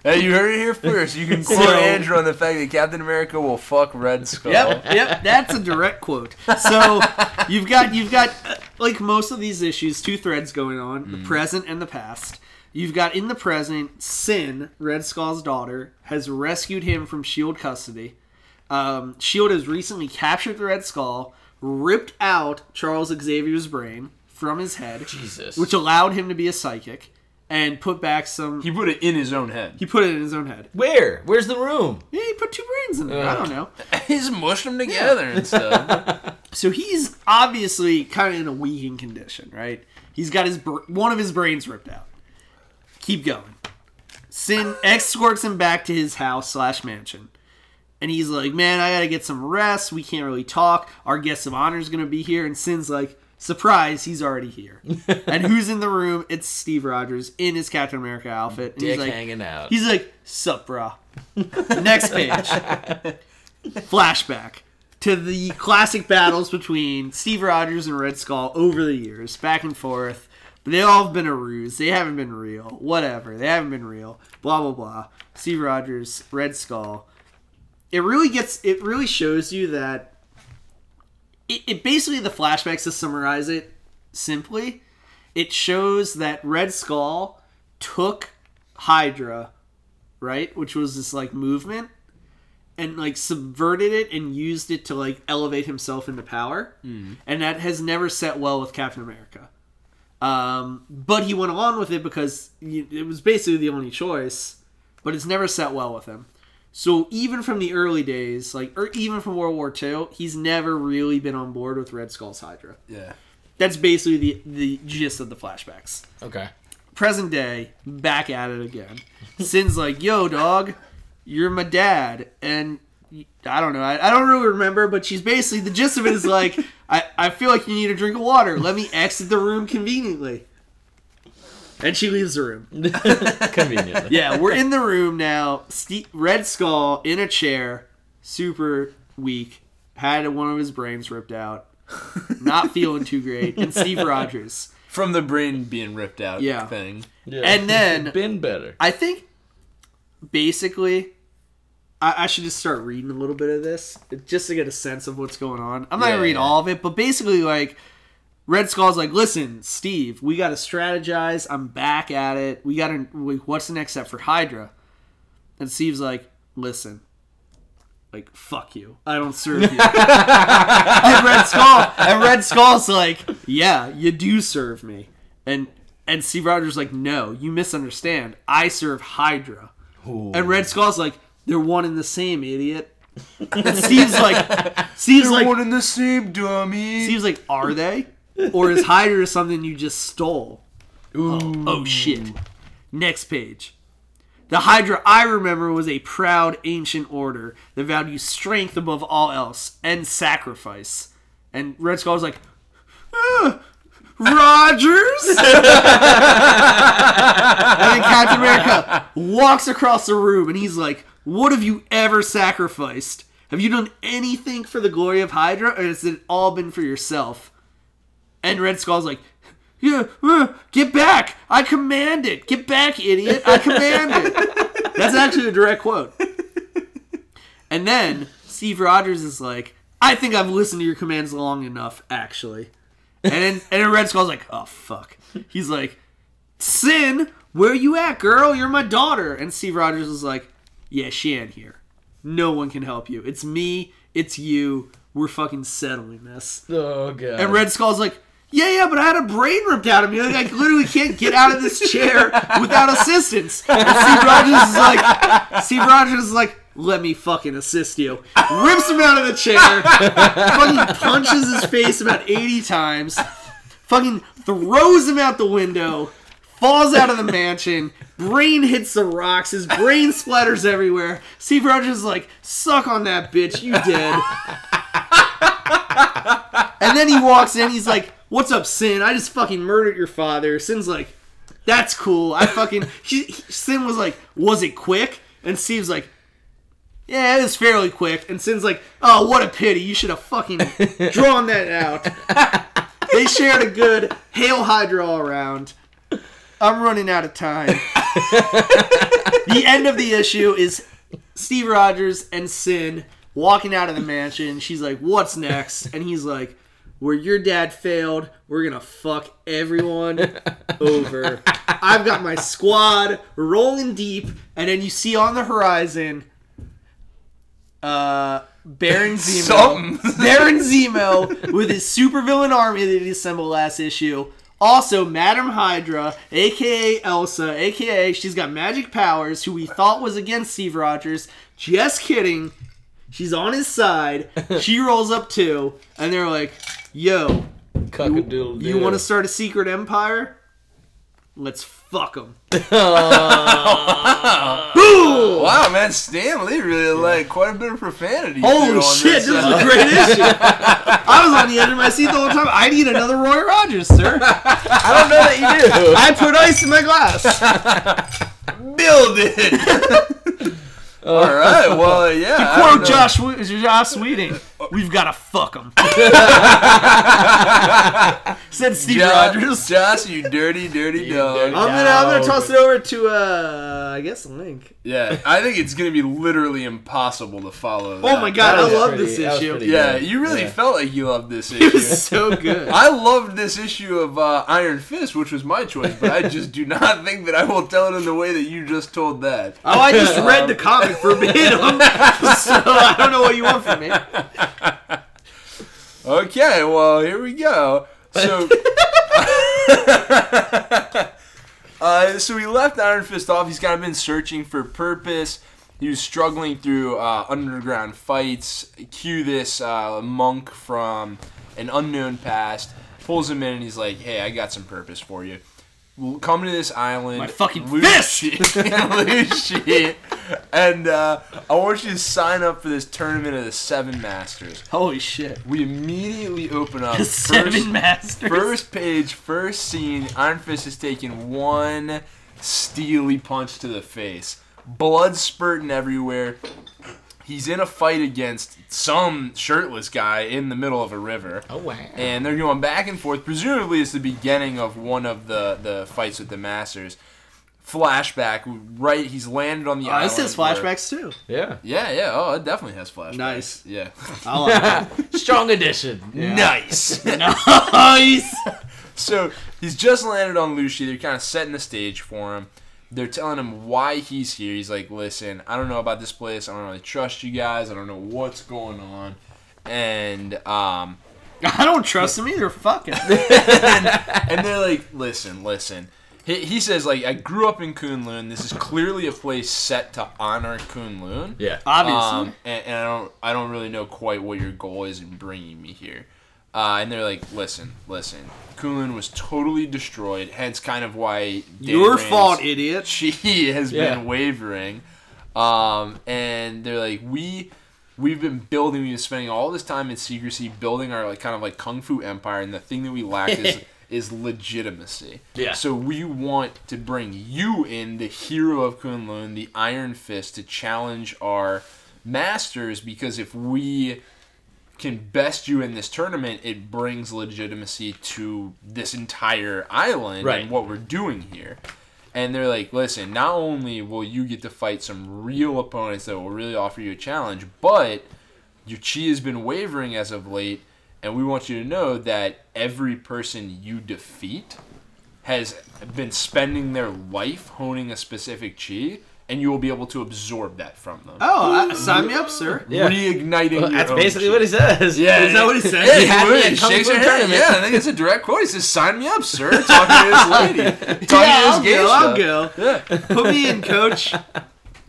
Hey, you heard it here first. You *laughs* can quote So- Andrew on the fact that Captain America will fuck Red Skull. Yep, yep, that's a direct quote. So you've got you've got uh, like most of these issues, two threads going on: the present and the past. You've got in the present, Sin, Red Skull's daughter, has rescued him from Shield E custody. Um, Shield has recently captured the Red Skull, ripped out Charles Xavier's brain from his head, Jesus. which allowed him to be a psychic, and put back some. He He, put it in his own head. put it in his own head. Where? Where's the room? Yeah, he put two brains in there. I don't know. *laughs* He's mushed them together and stuff. So he's obviously kind of in a weakened condition, right? He's got his br- one of his brains ripped out. Keep going. Sin escorts him back to his house slash mansion, and he's like, "Man, I gotta get some rest. We can't really talk. Our guest of honor is gonna be here." And Sin's like, "Surprise, he's already *laughs* here." and who's in the room? It's Steve Rogers in his Captain America outfit, and Dick he's like, hanging out. He's like, sup, brah. *laughs* Next page. Flashback to the classic battles between Steve Rogers and Red Skull over the years, back and forth. But they all have been a ruse. They haven't been real. Whatever. They haven't been real. Blah blah blah. Steve Rogers, Red Skull. It really gets. It really shows you that. It, it basically the flashbacks to summarize it simply. It shows that Red Skull took Hydra, right, which was this like movement, and like subverted it and used it to like elevate himself into power, mm. and that has never set well with Captain America. Um, but he went along with it because y- it was basically the only choice. But it's never set well with him. So even from the early days, like or even from World War II, he's never really been on board with Red Skull's Hydra. *laughs* yeah. That's basically the the gist of the flashbacks *laughs* okay. present day, back at it again. Sin's like, yo, dog, you're my dad. And y- I don't know, I, I don't really remember, but she's basically, the gist of it is like, I, I feel like you need a drink of water. Let me exit the room conveniently. And she leaves the room. Conveniently. *laughs* Yeah, we're in the room now. Ste- Red Skull in a chair, super week, had one of his brains ripped out, not feeling too great, and Steve Rogers. From the brain being ripped out Yeah. thing. Yeah. And then- *laughs* been better. I think basically, I, I should just start reading a little bit of this just to get a sense of what's going on. I'm not Yeah, gonna read yeah. all of it, but basically, like Red Skull's like, listen, Steve, we got to strategize. I'm back at it. We got to. What's the next step for Hydra? And Steve's like, listen. Like fuck you, I don't *laughs* serve you. and Red Skull, and Red Skull's like, yeah, you do serve me. And and Steve Rogers like, no, you misunderstand. I serve Hydra. And Red Skull's like, they're one and the same, idiot. And Steve's like, Steve's like, in the same dummy. *laughs* Steve's like, are they? Or is Hydra something you just stole? Ooh. Oh shit. Next page. The Hydra I remember was a proud ancient order that valued strength above all else and sacrifice. And Red Skull was like, "Ah, Rogers? *laughs* and then Captain America walks across the room and he's like, What have you ever sacrificed? Have you done anything for the glory of Hydra or has it all been for yourself? And Red Skull's like, yeah, uh, get back! I command it! Get back, idiot! I command it! That's actually a direct quote. And then Steve Rogers is like, I think I've listened to your commands long enough, actually. And then, and then Red Skull's like, oh, fuck. He's like, Sin, where you at, girl? You're my daughter. And Steve Rogers is like, yeah, she ain't here. No one can help you. It's me, it's you. We're fucking settling this. Oh god. And Red Skull's like, yeah, yeah, but I had a brain ripped out of me. Like, I literally can't get out of this chair without assistance. And Steve Rogers is like, Steve Rogers is like, let me fucking assist you. Rips him out of the chair. fucking punches his face about 80 times. Fucking throws him out the window. Falls out of the mansion. Brain hits the rocks. His brain splatters everywhere. Steve Rogers is like, suck on that bitch. You dead. And then he walks in. He's like, "What's up, Sin? I just fucking murdered your father." Sin's like, "That's cool. I fucking." She, he- Sin was like, "Was it quick?" And Steve's like, "Yeah, it was fairly quick." And Sin's like, "Oh, what a pity. You should have fucking drawn that out." they shared a good hail Hydra all around. I'm running out of time. the end of the issue is Steve Rogers and Sin walking out of the mansion. She's like, "What's next?" And he's like, "Where your dad failed, we're gonna fuck everyone over. I've got my squad rolling deep." And then you see on the horizon, uh, Baron Zemo. Something. Baron Zemo with his supervillain army that he assembled last issue. Also, Madame Hydra, aka Elsa, aka she's got magic powers, who we thought was against Steve Rogers. Just kidding. She's on his side. She rolls up too, and they're like, yo, Cock-a-doodle-doo. you want to start a secret empire? Let's fuck *laughs* them. *laughs* Wow, man, Stan Lee really like quite a bit of profanity. Holy on shit, this This, is uh, a great issue. *laughs* I was on the edge of my seat the whole time. I need another Roy Rogers, sir. I don't know that you do. *laughs* I put ice in my glass. build *laughs* it. All right, well, yeah. I don't Quote know. Josh, Whe- Josh Whedon. We've got to fuck him. Said Steve Jo- *laughs* Rogers. Josh, you dirty, dirty dog. dirty- I'm gonna, I'm gonna toss it over to, uh, I guess Link. Yeah, I think it's gonna be literally impossible to follow. Oh that. my God, I was love pretty- this that was issue. pretty Yeah, good. you really Yeah. felt like you loved this It issue. was so *laughs* good. I loved this issue of uh, Iron Fist, which was my choice, but I just do not *laughs* think that I will tell it in the way that you just told that. Oh, I just read the comic verbatim, *laughs* so I don't know what you want from me. Okay, well, here we go. *laughs* So, *laughs* uh, so we left Iron Fist off. He's kind of been searching for purpose. He was struggling through uh, underground fights. Cue this uh, monk from an unknown past pulls him in, and he's like, "Hey, I got some purpose for you. We'll come to this island. My fucking lose fist!" *laughs* shit, lose shit, and uh, I want you to sign up for this tournament of the Seven Masters." Holy shit. We immediately open *laughs* up Seven first, Masters. first page, first scene. Iron Fist has taken one steely punch to the face, blood spurting everywhere. He's in a fight against some shirtless guy in the middle of a river. Oh wow. and they're going back and forth. Presumably, it's the beginning of one of the the fights with the Masters. Flashback, right? He's landed on the Oh, island. this has where- flashbacks too. yeah. Yeah, yeah. Oh, it definitely has flashbacks. Nice. *laughs* Yeah. I like Strong edition. *laughs* *laughs* nice. it. nice. so he's just landed on Lucy. They're kind of setting the stage for him. They're telling him why he's here. He's like, "Listen, I don't know about this place. I don't really trust you guys. I don't know what's going on." And um, I don't trust him either. Fucking. and they're like, listen, listen. He, he says, like, I grew up in Kunlun. This is clearly a place set to honor Kunlun. Yeah. Uh, Obviously. Um, and, and I don't, I don't really know quite what your goal is in bringing me here. Uh, and they're like, listen, listen. Kunlun was totally destroyed. Hence, kind of why Dan *laughs* Your Rand's- fault, idiot. she *laughs* has Yeah. been wavering. Um, and they're like, we we've been building, we've been spending all this time in secrecy, building our like kind of like kung fu empire, and the thing that we lack is *laughs* is legitimacy. Yeah. So we want to bring you in, the hero of Kunlun, the Iron Fist, to challenge our masters because if we can best you in this tournament, it brings legitimacy to this entire island Right. and what we're doing here. And they're like, listen, not only will you get to fight some real opponents that will really offer you a challenge, but your chi has been wavering as of late, and we want you to know that every person you defeat has been spending their life honing a specific chi, and you will be able to absorb that from them. Oh, I, sign me up, sir. Yeah. Reigniting your Well, that's own basically chi. what he says. Yeah, Is that what he said? Yeah, He he had me would. at He Kung shakes Fu her head. tournament. Yeah, I think it's a direct quote. He says, "Sign me up, sir." Talking to this lady. Talking Yeah, I'll to this go. I'll geisha. go. Yeah. Put me in, *laughs* coach.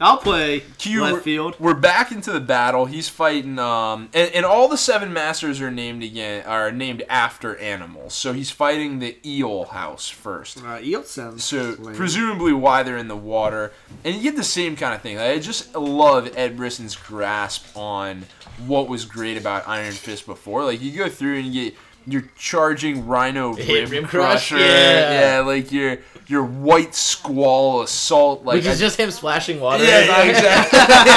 I'll play Q, we're- left field. We're back into the battle. He's fighting, um, and, and all the seven masters are named again, are named after animals. So he's fighting the eel house first. Uh, eel sounds. So lame. presumably why they're in the water, and you get the same kind of thing. Like, I just love Ed Brisson's grasp on what was great about Iron Fist before. Like you go through and you get your charging Rhino Rib, Rib Crush, Crusher, yeah. yeah. like your your White Squall Assault, like Which is I- just him splashing water. *laughs* yeah, in his yeah, eye.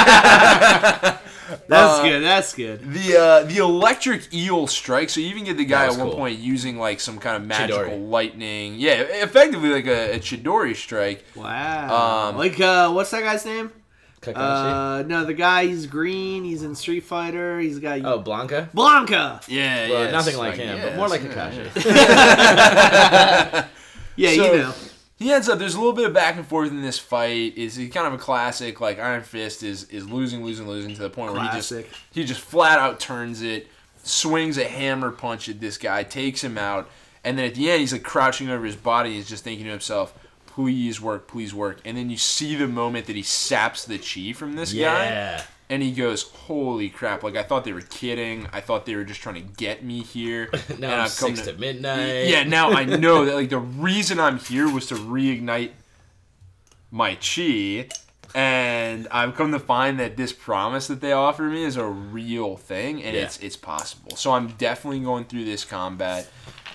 exactly. *laughs* uh, that's good. That's good. The uh, the electric eel strike. So you even get the guy at That was one cool. point using like some kind of magical Chidori. lightning. Yeah, effectively like a, a Chidori strike. Wow. Um, like, uh, what's that guy's name? *laughs* Kakashi. Uh, no, the guy. He's green. He's in Street Fighter. He's got oh, Blanca. Blanca. Yeah, Well, yeah, nothing it's like him, yeah, but more like it's- yeah, yeah. Kakashi. Yeah, So- you know. he ends up there's a little bit of back and forth in this fight is he kind of a classic like iron fist is is losing losing losing to the point where Classic. he just he just flat out turns it swings a hammer punch at this guy takes him out and then at the end he's like crouching over his body he's just thinking to himself please work please work and then you see the moment that he saps the chi from this guy Yeah. and he goes holy crap like i thought they were kidding i thought they were just trying to get me *laughs* here Now and I'm I've come six to midnight. yeah, now I know that like the reason I'm here was to reignite my chi, and I've come to find that this promise that they offer me is a real thing, and Yeah. it's it's possible. So I'm definitely going through this combat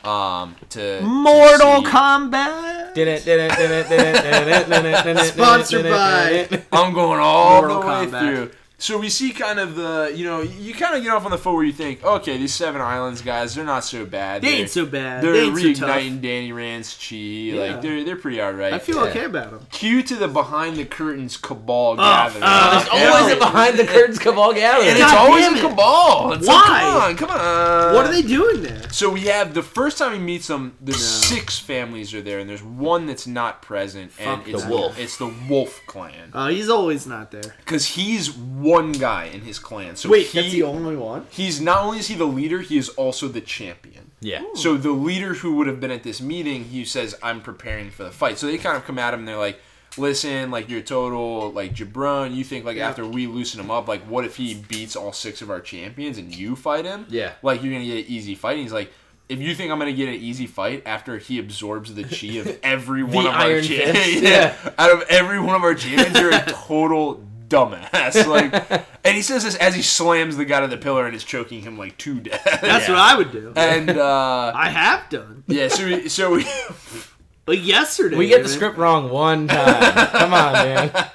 um, to to Mortal see- Kombat. Did it, did it, did it, did it, did it, did it, did it, Sponsored did it, did by- it. I'm going all Mortal the way Kombat. through. So we see kind of the you know you kind of get off on the foot where you think okay these Seven Islands guys they're not so bad They They're- ain't so bad. They're They ain't so tough. reigniting Danny Rand's chi. Yeah. Like they're they're pretty alright. I feel Yeah. okay about him. Cue to the behind the curtains cabal gathering. uh, There's always Yeah. a behind the curtains cabal and gathering. it's God always damn a it. cabal. It's Why? Like, come on, come on. What are they doing there? So we have the first time he meets them. There's six families are there, and there's one that's not present, and Fuck it's the wolf. It's the wolf clan Oh, he's always not there. because he's one guy in his clan. So Wait, he, that's the only one. he's not only is he the leader, he is also the champion. Yeah. So the leader who would have been at this meeting, he says, "I'm preparing for the fight." So they kind of come at him. and They're like, "Listen, like you're total like jabron. You think like Yeah. after we loosen him up, like what if he beats all six of our champions and you fight him? Yeah. like you're gonna get an easy fight." And he's like. If you think I'm gonna get an easy fight after he absorbs the chi of every one of our Iron champions, *laughs* Fist, yeah, out of every one of our champions, you're a total dumbass. Like, and he says this as he slams the guy to the pillar and is choking him like to death. That's Yeah. what I would do. And uh, I have done. yeah, so we, so we *laughs* Like yesterday. We get the even. script wrong one time. Come on, man.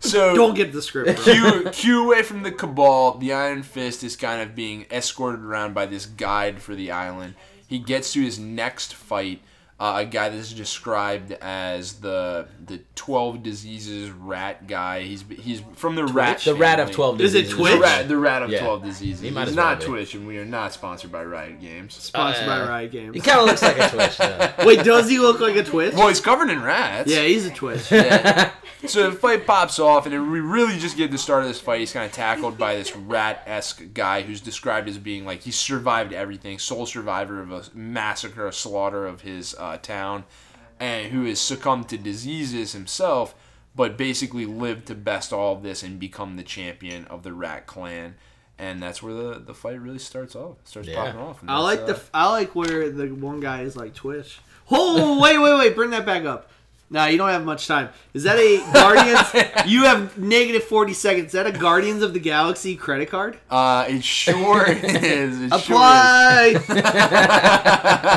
So Don't get *laughs* the script. Bro. Q, Q away from the cabal. The Iron Fist is kind of being escorted around by this guide for the island. He gets to his next fight, uh, a guy that's described as the the twelve diseases rat guy. He's he's from the rat. The rat of family. twelve. Is it diseases. Twitch? The rat, the rat of Yeah. twelve diseases. He might He's as well not be. Twitch, and we are not sponsored by Riot Games. Sponsored by Uh, Riot It *laughs* Games. kind of looks like a Twitch. Though. Wait, does he look like a Twitch? Well, he's covered in rats. Yeah, he's a *laughs* Twitch. So the fight pops off, and we really just get the start of this fight. He's kind of tackled by this rat-esque guy who's described as being like he survived everything, sole survivor of a massacre, a slaughter of his uh, town, and who has succumbed to diseases himself, but basically lived to best all of this and become the champion of the rat clan. And that's where the, the fight really starts off. It starts Yeah. popping off. and I like that's, the uh, f- I like where the one guy is like Twitch. Oh wait wait wait! Bring that back up. Nah, you don't have much time. Is that a *laughs* Guardians? you have negative forty seconds. Is that a Guardians of the Galaxy credit card? uh, it sure *laughs* is. It sure is. Apply. *laughs*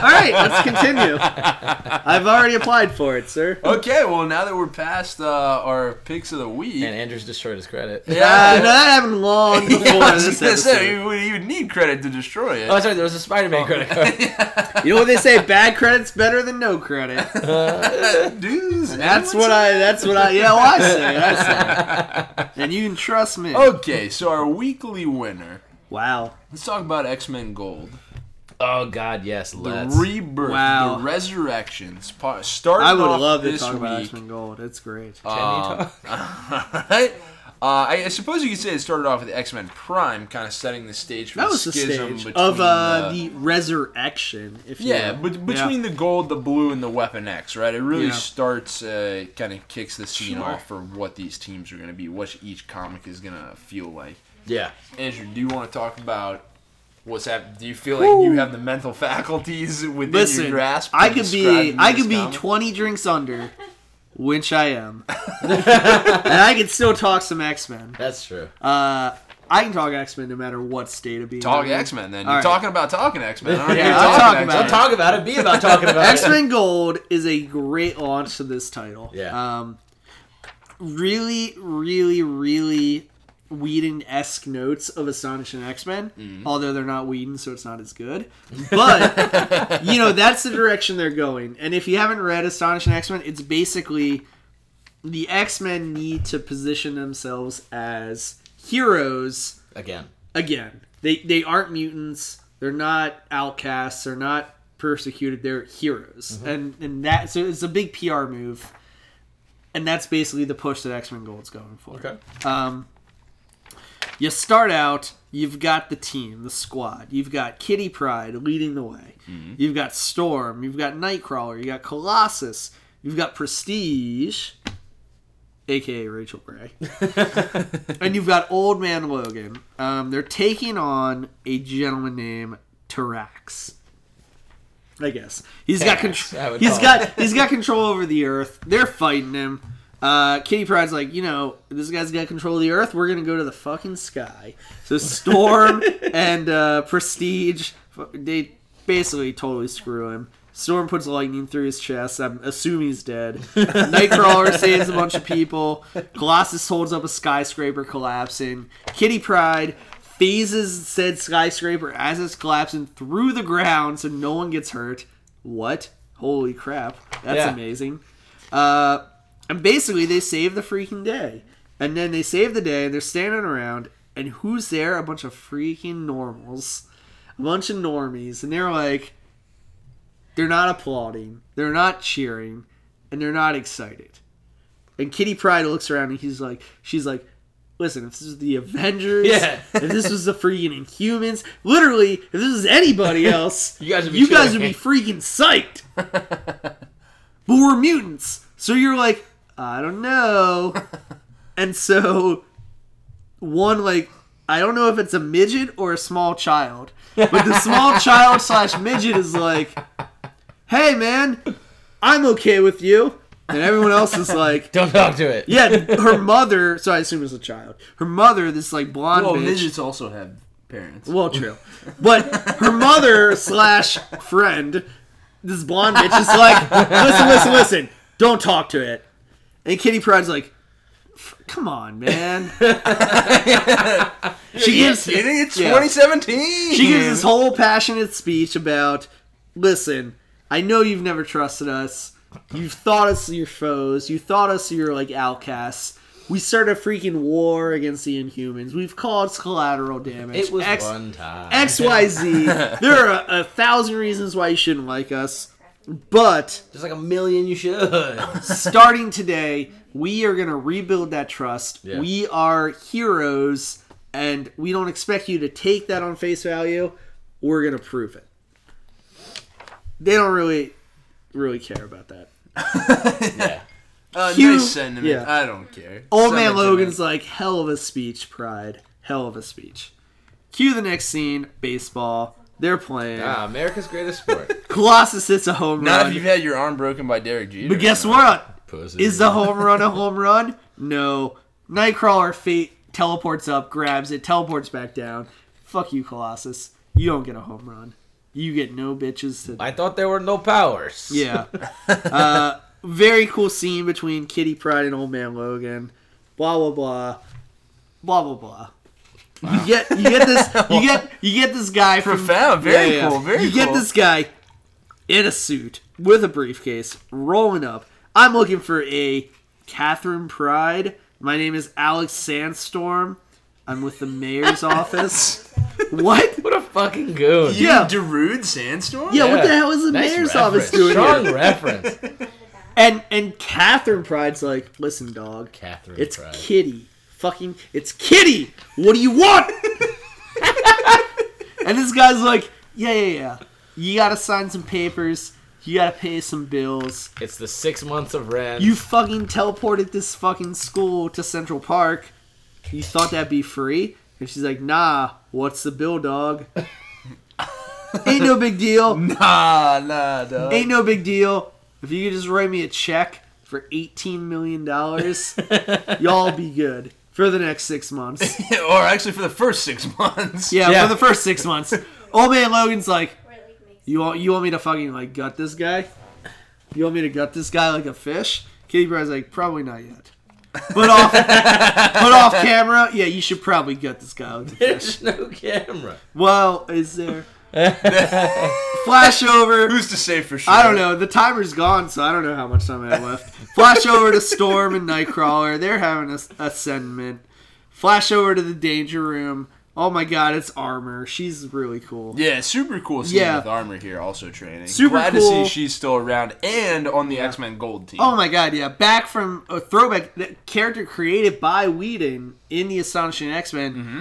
All right, let's continue. I've already applied for it, sir. Uh, Okay, well now that we're past uh, our picks of the week, And Andrews destroyed his credit. Uh, no, that happened long *laughs* before Yeah, I was this gonna episode. say, you, would- you would need credit to destroy it. Oh, sorry. There was a Spider-Man credit card. You know what they say: bad credit's better than no credit. Dudes, That's everyone what say- I. That's what I. Yeah, well, I say. it, I say. it. And you can trust me. Okay, so our weekly winner. Wow. Let's talk about X Men Gold. oh God, yes. The Let's. rebirth, Wow. the resurrections. Part, starting I would off love to this talk week. about Uh, X Men Gold. It's great. *laughs* Can you talk? Alright. Uh, I, I suppose you could say it started off with X Men Prime, kind of setting the stage for that the was the schism between stage of uh, the- the resurrection. If you yeah, will. but between the gold, the blue, and the Weapon X, right? It really Yeah. starts, uh, kind of kicks the scene Sure. off for what these teams are going to be, what each comic is going to feel like. yeah. Andrew, do you want to talk about what's happening? Do you feel like you have the mental *laughs* faculties within listen, your grasp? I to could be describe I this could be comic? twenty drinks under, which *laughs* I am, and I can still talk some X Men. That's true. Uh, I can talk X Men no matter what state of being. talk I'm in. X Men. Then All you're right. talking about talking X Men. Yeah, I'll talk about Don't talk about it. Be about talking about X it. Men Gold is a great launch to this title. Yeah. Um, really, really, really Whedon esque notes of Astonishing X Men, although they're not Whedon, so it's not as good. But, you know, that's the direction they're going. And if you haven't read Astonishing X Men, it's basically the X Men need to position themselves as heroes Again. again they they aren't mutants they're not outcasts they're not persecuted they're heroes and and that so it's a big pr move and that's basically the push that x-men gold's going for um you start out you've got the team the squad you've got kitty pride leading the way Mm-hmm. you've got storm you've got nightcrawler you got colossus you've got prestige aka Rachel *laughs* Gray. and you've got Old Man Logan. Um, they're taking on a gentleman named Tarax. I guess he's got Tarax, I control. would He's call got he's got control over the Earth. They're fighting him. Uh, Kitty Pride's like, you know, this guy's got control of the Earth. We're gonna go to the fucking sky. So Storm and uh, Prestige, fu- they basically totally screw him. Storm puts lightning through his chest. I'm assuming he's dead. Nightcrawler saves a bunch of people. Colossus holds up a skyscraper collapsing. Kitty Pride phases said skyscraper as it's collapsing through the ground so no one gets hurt. What? Holy crap. That's Yeah. amazing. Uh, and basically, they save the freaking day. And then they save the day and they're standing around. And who's there? A bunch of freaking normals. A bunch of normies. And they're like, they're not applauding, they're not cheering, and they're not excited. And Kitty Pride looks around and he's like, she's like, listen, if this was the Avengers, Yeah. if this was the freaking Inhumans, literally, if this was *laughs* anybody else, You guys would be you guys would cheering. be freaking *laughs* psyched. but we're mutants, so you're like, I don't *laughs* know. and so, one like, I don't know if it's a midget or a small child, but the *laughs* small child slash midget is like, hey man, I'm okay with you. And everyone else is *laughs* like, Don't talk to it. yeah, her mother. So I assume it's a child. Her mother, this like blonde Well, bitch. midgets also have parents. Well, true, but her mother slash friend, this blonde bitch, is like, listen, listen, listen. Don't talk to it. And Kitty Pride's like, Come on, man. she gives Kidding? It's Yeah. 2017. she gives this whole passionate speech about listen i know you've never trusted us you've thought us your foes you thought us your like outcasts we started a freaking war against the inhumans we've caused collateral damage It was X- one time. xyz there are a, a thousand reasons why you shouldn't like us but There's like a million *laughs* you should. starting today, we are going to rebuild that trust. Yeah. We are heroes, and we don't expect you to take that on face value. We're going to prove it. They don't really, really care about that. yeah. Uh, Hugh- nice sentiment. yeah. I don't care. Old man Sentiment. Logan's like, hell of a speech, pride. Hell of a speech. Cue the next scene baseball. They're playing. Ah, America's greatest *laughs* sport. Colossus hits a home Not if run. you've had your arm broken by Derek Jeter. But guess what? Pussy. Is the home run a home run? No. Nightcrawler fate teleports up, grabs it, teleports back down. Fuck you, Colossus. You don't get a home run. You get no bitches to. I thought there were no powers. Yeah. Uh, very cool scene between Kitty Pride and Old Man Logan. Blah blah blah. Blah blah blah. You get you get this *laughs* you get you get this guy from Profound. Very cool. Very you get cool. this guy in a suit with a briefcase rolling up. I'm looking for a Catherine Pride. My name is Alex Sandstorm. I'm with *laughs* the mayor's office. What? What a fucking goon. You Yeah. Darude Sandstorm? Yeah, what the hell is the Nice mayor's reference. office doing Strong here? reference. And and Catherine Pride's like, listen, dog, Catherine it's Pride. Kitty. Fucking, it's Kitty. What do you want? and this guy's like, yeah, yeah, yeah. You gotta sign some papers. You gotta pay some bills. It's the six months of rent. You fucking teleported this fucking school to Central Park. You thought that'd be free? And she's like, nah, what's the bill, dog? Ain't no big deal. Nah, nah, dog. Ain't no big deal. If you could just write me a check for $18 million, y'all be good for the next *laughs* six months. or actually for the first six months. Yeah, Yeah. for the first six months. Old man Logan's like, Or it, like makes you want, you want me to fucking like gut this guy? You want me to gut this guy like a fish? Kitty Pryde's like, probably not yet. But off, but off camera, yeah, you should probably gut this guy like a fish. *laughs* *laughs* There's no camera. Well, is there? Flash over. Who's to say for sure? I don't know. The timer's gone, so I don't know how much time I have left. Flash over to Storm and Nightcrawler. They're having a, a sentiment. Flash over to the Danger Room. Oh my God, it's Armor. She's really cool. Yeah, super cool scene Yeah. with Armor here also training. Super Glad cool. to see she's still around and on the X Men Gold team. Oh my God, yeah. Back from a throwback the character created by Whedon in the Astonishing X Men. Mm-hmm.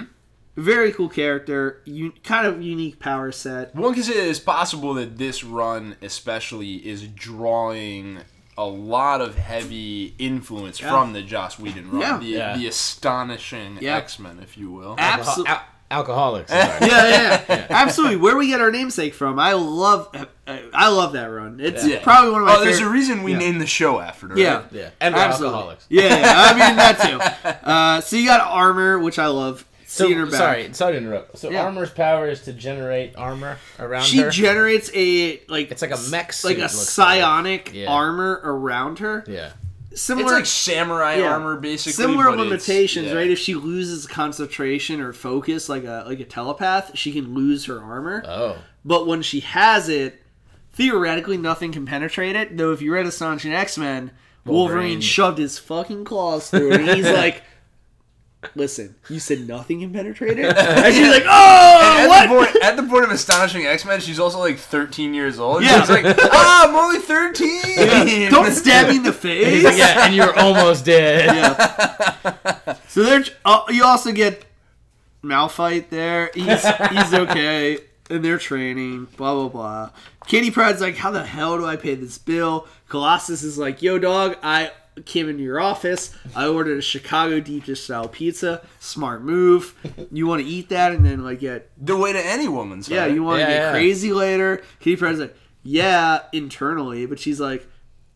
Very cool character. You kind of unique *laughs* power set. One can say it's possible that this run, especially, is drawing a lot of heavy influence from the Joss Whedon run, Yeah. the, Yeah. the astonishing Yeah. X Men, if you will. Absolutely. Al- alcoholics. Sorry. yeah, yeah, yeah. *laughs* absolutely. Where we get our namesake from? I love, I love that run. It's Yeah. probably one of my. oh, there's favorite- a reason we yeah. named the show after. Right? Yeah, *laughs* yeah. And we're absolutely. alcoholics. Yeah, yeah, I *laughs* mean that too. Uh, so you got armor, which I love. So, Seeing her back. sorry, sorry to interrupt. So Yeah. armor's power is to generate armor around She her. generates a like It's like a mech suit, like a looks like. psionic Yeah. armor around her. yeah. Similar, It's like samurai Yeah. armor, basically. similar but it's- limitations, yeah. right? If she loses concentration or focus, like a like a telepath, she can lose her armor. Oh. but when she has it, theoretically nothing can penetrate it. Though if you read Assange and X Men, Wolverine. Wolverine. shoved his fucking claws through it, and *laughs* he's like, "Listen, you said nothing can penetrate *laughs* it," and she's like, "Oh, At what?" the, point, at the point of astonishing X Men, she's also like 13 years old. Yeah. Yeah. She's like, *laughs* ah, I'm only 13. Yeah, *laughs* Don't stab me in the face. He's like, yeah, and you're almost dead. So there, uh, you also get Malphite there. He's he's okay, and they're training. Blah blah blah. Kitty Pryde's like, how the hell do I pay this bill? Colossus is like, yo dog, I came into your office. I ordered a Chicago deep dish style pizza. Smart move. You want to eat that and then like get *laughs* The way to any woman's. yeah, *laughs* you want to Yeah, get yeah. crazy later. Kitty Pryde's like, yeah, internally, but she's like,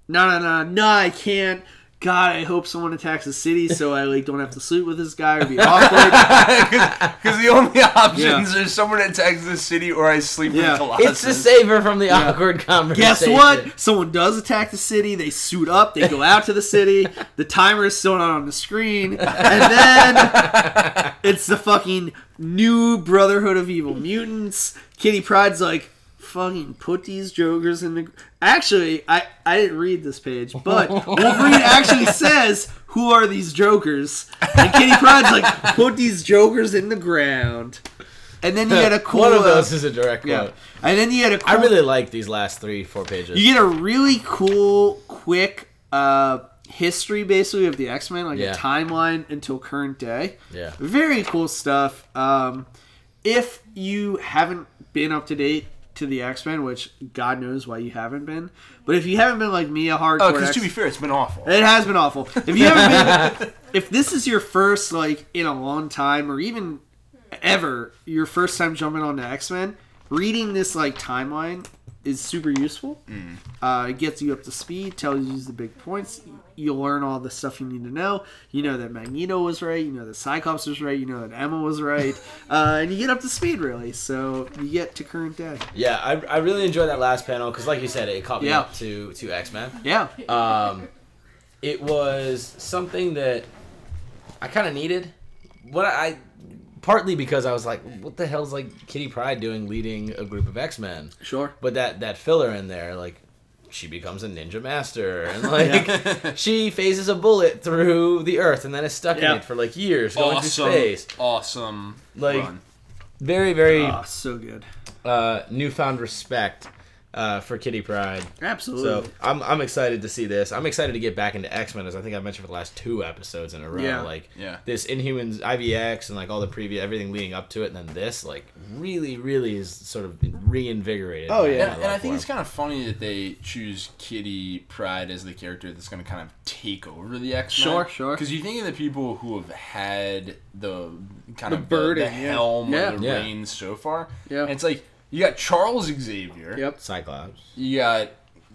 no, no, no, no, I can't. God, I hope someone attacks the city so I like don't have to sleep with this guy *laughs* or be awkward. Because the only options are someone attacks the city or I sleep Yeah. with Colossus. It's the saver from the awkward Guess conversation. what? Someone does attack the city. They suit up. They go out to the city. The timer is still not on the screen, and then *laughs* it's the fucking new Brotherhood of Evil Mutants. Kitty Pride's like, fucking put these jokers in the. Actually, I I didn't read this page, *laughs* but Wolverine actually says, "Who are these jokers?" And Kitty Pride's like, "Put these jokers in the ground." And *laughs* then you get a cool. One of uh, those is a direct quote. yeah. And then you had a cool I really like these last three, four pages. you get a really cool, quick uh, history basically of the X Men, like Yeah. a timeline until current day. Yeah. Very cool stuff. Um, if you haven't been up to date to the X Men, which God knows why you haven't been, but if you haven't been like me, a hardcore Oh, because X- to be fair, it's been awful. it has been awful. If you haven't *laughs* been, if this is your first like in a long time or even ever your first time jumping on to X Men, reading this like timeline is super useful. Uh, it gets you up to speed, tells you the big points. You learn all the stuff you need to know. You know that Magneto was right. You know that Cyclops was right. You know that Emma was *laughs* right, uh, and you get up to speed really. So you get to current day. Yeah, I, I really enjoyed that last panel because, like you said, it caught me Yeah. up to to X Men. Yeah, Uh, Um, it was something that I kind of needed. What I, I partly because I was like, what the hell's like Kitty Pride doing leading a group of X Men? sure. But that that filler in there, like she becomes a ninja *laughs* master and like *laughs* she phases a bullet through the earth and then is stuck Yeah. in it for like years going awesome, through space. awesome. Like run. very very Oh, so good. uh, newfound respect uh, for Kitty Pride. Absolutely. So I'm, I'm excited to see this. I'm excited to get back into X Men, as I think I mentioned for the last two episodes in a row. Yeah. Like Yeah. this Inhumans IVX and like all the preview, everything leading up to it, and then this like really, really is sort of reinvigorated. Oh, my- yeah. my And, and love I think for it's kind of funny that they choose Kitty Pride as the character that's going to kind of take over the X Men. Sure, sure. Because you think of the people who have had the kind The of the, burden, yeah. the helm Yeah. or the Yeah. reins so far. Yeah. And it's like you got Charles Xavier. Yep. him. Cyclops, You got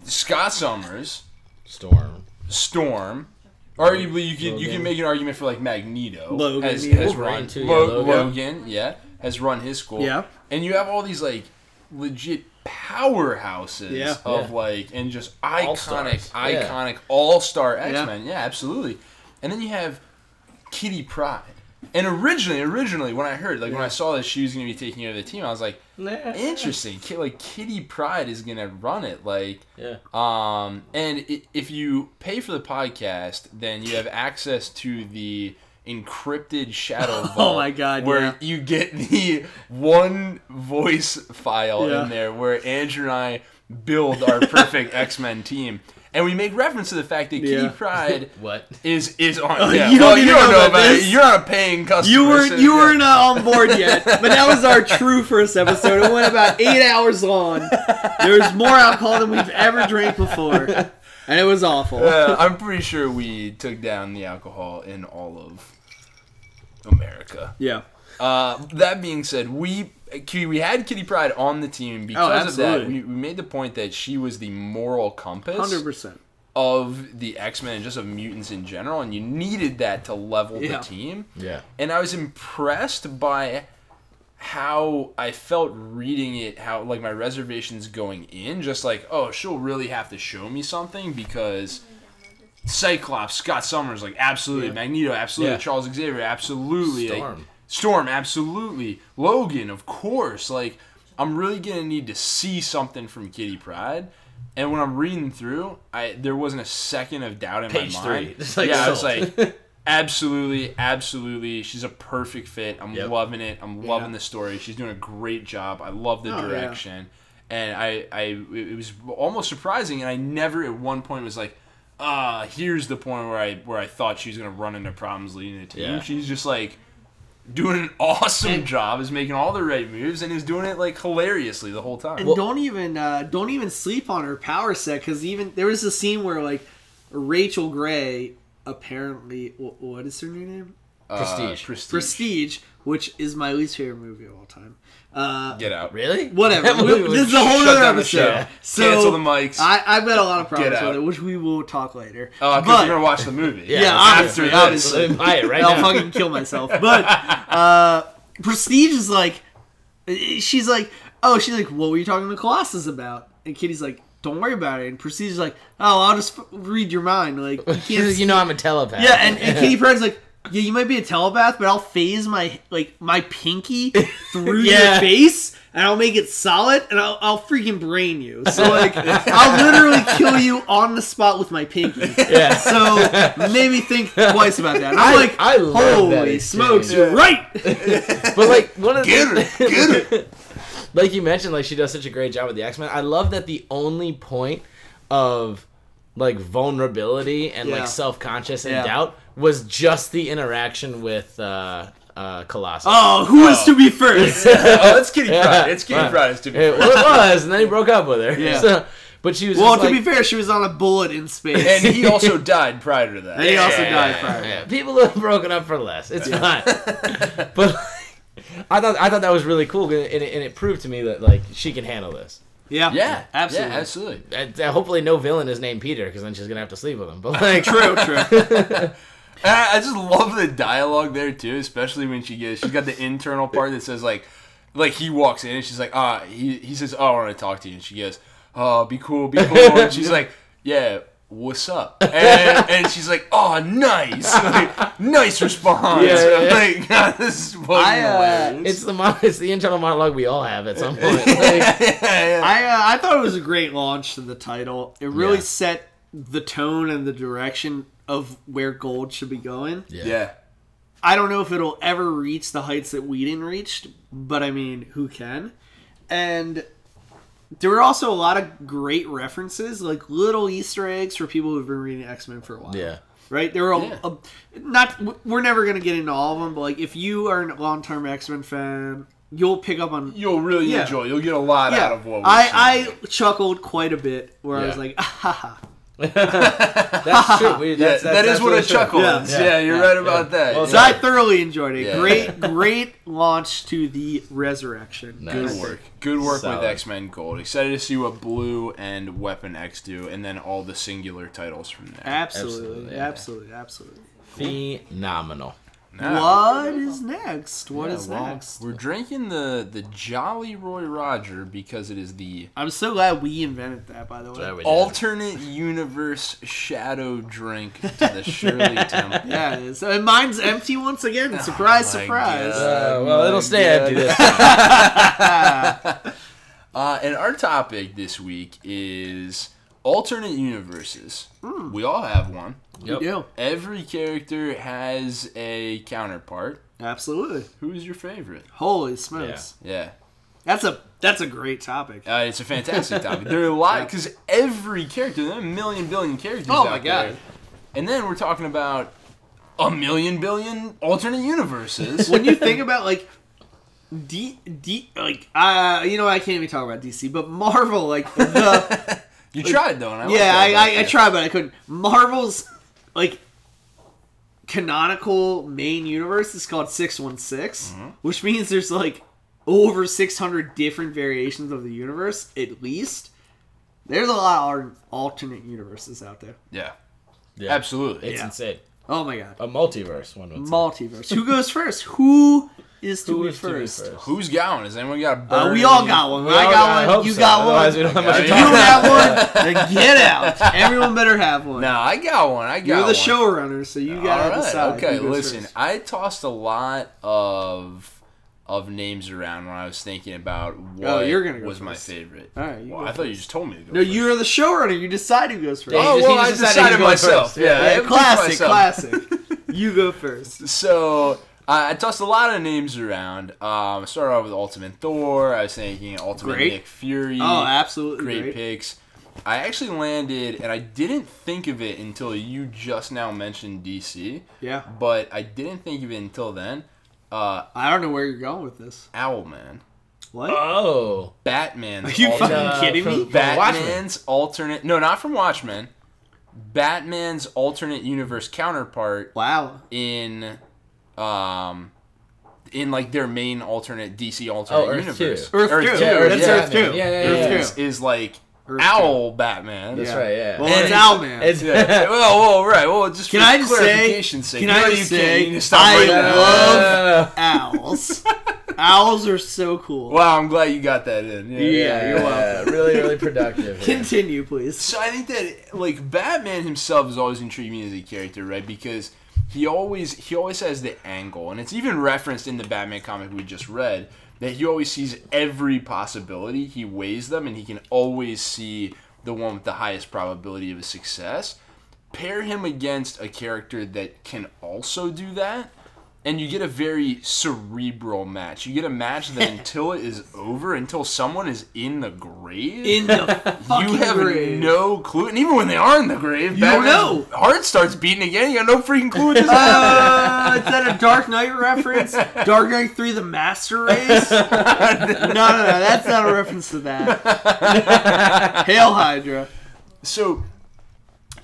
Scott Summers, Storm. Storm. Arguably, you could you Logan. can make an argument for like Magneto Logan, has, yeah. has Wolverine run too, Lo- yeah, Logan. Logan, yeah, has run his school. Yeah. and you have all these like legit powerhouses Yeah. of Yeah. like and just All-stars. iconic, Yeah. iconic all star X Men. Yeah, absolutely. And then you have Kitty Pride. And originally, originally when I heard like when I saw that she was going to be taking over the team, I was like, interesting. Ki- Like Kitty Pride is going to run it. Like Yeah. um, and i- if you pay for the podcast, then you have access to the encrypted *laughs* shadow vault. Oh my God, Where yeah. you get *laughs* the one voice file Yeah. in there where Andrew and I build our *laughs* perfect X Men team, and we make reference to the fact that Yeah. Kitty Pride. What? Is is on? *laughs* Oh, yeah, you don't well, need you to don't know know about about it. this. You're not a paying customer. You weren't so- you yeah. weren't uh, on *laughs* board yet, but that was our true first episode. It went about eight hours long. There was more alcohol than we've ever drank before, and it was awful. Uh, I'm pretty sure we took down the alcohol in all of America. Yeah, Uh, that being said, we we had Kitty Pride on the team because of that. Oh, absolutely. We, we made the point that she was the moral compass hundred percent. of the X Men and just of mutants in general, and you needed that to level Yeah. the team. Yeah. And I was impressed by how I felt reading it, how like my reservations going in, just like, oh, she'll really have to show me something because Cyclops, Scott Summers, like absolutely, Magneto, absolutely, Yeah. Charles Xavier, absolutely, like, Storm. Storm, absolutely, Logan, of course. Like, I'm really gonna need to see something from Kitty Pride. And when I'm reading through, I there wasn't a second of doubt in Page my three. mind. It's like yeah, I was sold. like, *laughs* absolutely, absolutely. She's a perfect fit. I'm Yep. loving it. I'm loving the story. She's doing a great job. I love the Oh, yeah. direction. And I, I, it was almost surprising. And I never at one point was like, ah, here's the point where I, where I thought she was gonna run into problems leading the team. Yeah. She's just like doing an *laughs* awesome job, is making all the right moves, and is doing it like hilariously the whole time. And don't even uh, don't even sleep on her power set because even there was a scene where like Rachel Gray apparently wh- what is her new name? Prestige. Uh, Prestige. Prestige, which is my least favorite movie of all time. Uh, Get out. really? whatever. *laughs* That movie We- was- this is a *laughs* whole Shut other down the episode. show. So Cancel the mics. I, I've got a lot of problems Get with out. it, which we will talk later. Uh, because but we're gonna watch the movie. yeah, after obviously, this. obviously. Let me buy it right I'll now. fucking *laughs* kill myself. But uh, Prestige is like, she's like, oh, she's like, what were you talking to Colossus about? And Kitty's like, don't worry about it. And Prestige is like, oh, I'll just f- read your mind. Like, you *laughs* can't. you know I'm a telepath. yeah, and, and Kitty Pryde's like, yeah, you might be a telepath, but I'll phase my like my pinky through Yeah. your face, and I'll make it solid, and I'll, I'll freaking brain you. So *laughs* like, I'll literally kill you on the spot with my pinky. *laughs* Yeah. So maybe think twice about that. I'm I- like, I love that holy exchange. smokes, Yeah. you're right. *laughs* But like one of the Get her. Get her. like you mentioned, like she does such a great job with the X Men. I love that the only point of like vulnerability and Yeah. like self conscious and Yeah. doubt was just the interaction with uh, uh, Colossus. Oh, who is to be *laughs* first? oh, it's Kitty Yeah. Pride. It's Kitty Yeah. Pride. It's Yeah, Kitty well, it was, and then he broke up with her. Yeah. *laughs* So, but she was well, just to be like, fair, she was on a bullet in space. And he also died prior to that. And he also Yeah. died prior. yeah, people have broken up for less. It's fine. *laughs* but like, I thought I thought that was really cool, and it, and it proved to me that like she can handle this. Yeah. Yeah, Absolutely. Yeah, absolutely. And, uh, hopefully, no villain is named Peter, because then she's gonna have to sleep with him. But *laughs* like, True, *laughs* true. And I, I just love the dialogue there too, especially when she gets she's got the internal part that says like like he walks in and she's like, ah he, he says, Oh, I wanna talk to you and she goes, Oh, be cool, be cool and *laughs* she's like, Yeah, what's up? And, and she's like, Oh nice *laughs* like, nice response. Yeah, yeah, I'm *laughs* yeah. like, God, this is fucking I, uh, hilarious. *laughs* It's the mon- it's the internal monologue we all have at some point. Like, I uh, I thought it was a great launch to the title. It really Yeah. set the tone and the direction of where gold should be going. yeah. I don't know if it'll ever reach the heights that Whedon reached, but I mean, who can? And there were also a lot of great references, like little Easter eggs for people who've been reading X Men for a while. yeah, Right? There were a, Yeah. a- not. w- We're never gonna get into all of them, but like if you are a long term X Men fan, you'll pick up on You'll really Yeah. enjoy. You'll get a lot yeah, out of what we I, I chuckled quite a bit where I was Yeah. like, ah, *laughs* ha, ha. that's true. We, yeah, that's, that that's is what a absolutely chuckle true. Yeah. is. Yeah, you're right about that. Well, So I thoroughly enjoyed it. Yeah. *laughs* Great, great launch to the resurrection. Good Nice. work. Good work Solid. with X Men Gold. Excited to see what Blue and Weapon X do, and then all the singular titles from there. Absolutely, Absolutely, yeah. absolutely, absolutely. Phenomenal. Now- What is next? What Yeah, is well, next? We're drinking the the Jolly Roy Roger because it is the I'm so glad we invented that, by the *laughs* way. There we go. alternate universe shadow drink to the Shirley Temple. yeah, it is. And mine's empty once *laughs* again. Surprise, Oh my surprise. God. Uh, well, it'll stay Yeah. *laughs* empty this time. Uh, and our topic this week is alternate universes. We all have one. You Yep. do. Every character has a counterpart. Absolutely. Who is your favorite? Holy smokes. Yeah. That's a that's a great topic. Uh, it's a fantastic *laughs* topic. There are a lot because every character, there are a million billion characters. Oh my out there. God. And then we're talking about a million billion alternate universes. *laughs* when you think about like D D like uh you know I can't even talk about DC, but Marvel like *laughs* the you tried though, and I like yeah I, that I, I about tried but I couldn't. Marvel's like canonical main universe is called six one six, Mm-hmm. which means there's like over six hundred different variations of the universe at least. There's a lot of alternate universes out there. that. Yeah, Yeah. absolutely. It's Yeah. insane. Oh my god, A multiverse one would say. multiverse. Who goes first? Who is to Who be is to be first? Who's going? Has anyone got? A Uh, burn? we all got one. We I all got I one. hope You so. got Otherwise, we one. don't have much Okay. to You talk don't about. have one. Then get out. Everyone better have one. No, I got one. I got You're the one. showrunner, so you All gotta right, decide. Okay, who goes listen. first. I tossed a lot of of names around when I was thinking about what Oh, you're gonna go was my first. favorite. All right, you Well, go I thought you just told me to go. No, first. you're the showrunner. You decide who goes first. Yeah, Oh He just- well, he I just decided decided to go myself. first. Yeah, I Yeah, picked classic, myself. classic. you go first. So I I tossed a lot of names around. Um, started off with Ultimate Thor. I was thinking Ultimate Great. Nick Fury. Oh, absolutely great, great. picks. I actually landed, and I didn't think of it until you just now mentioned DC. Yeah. But I didn't think of it until then. Uh, I don't know where you're going with this. Owlman, What? Oh, Batman. Are *laughs* you fucking uh, kidding from- me? from Watchmen. Batman's alternate. No, not from Watchmen. Batman's alternate universe counterpart Wow. in um, in like their main alternate DC alternate Oh, Earth universe. two. Earth, two. Earth That's two. Earth two. Yeah, yeah, Earth yeah. two. Is, is like Earth Owl Batman. That's right, yeah. Well, And it's it's- Owlman. It's- *laughs* *laughs* Yeah. well, well, right. Well, just Can for I just say- clarification's sake. can No, I you just can't. say, You need to stop I right now. love- Uh, owls. owls are so cool. Wow, I'm glad you got that in. Yeah. Yeah, you're yeah, really, really productive. here. Continue, please. So I think that like Batman himself has always intrigued me as a character, right? Because he always he always has the angle, and it's even referenced in the Batman comic we just read that he always sees every possibility. He weighs them, and he can always see the one with the highest probability of a success. Pair him against a character that can also do that, and you get a very cerebral match. You get a match that until it is over, until someone is in the grave, *laughs* In the fucking you have grave. no clue, and even when they are in the grave, you don't know. Heart starts beating again. You got no freaking clue what *laughs* this is. Uh, is that a Dark Knight reference? Dark Knight 3 The Master Race? *laughs* no, no, no, that's not a reference to that. *laughs* Hail Hydra. So,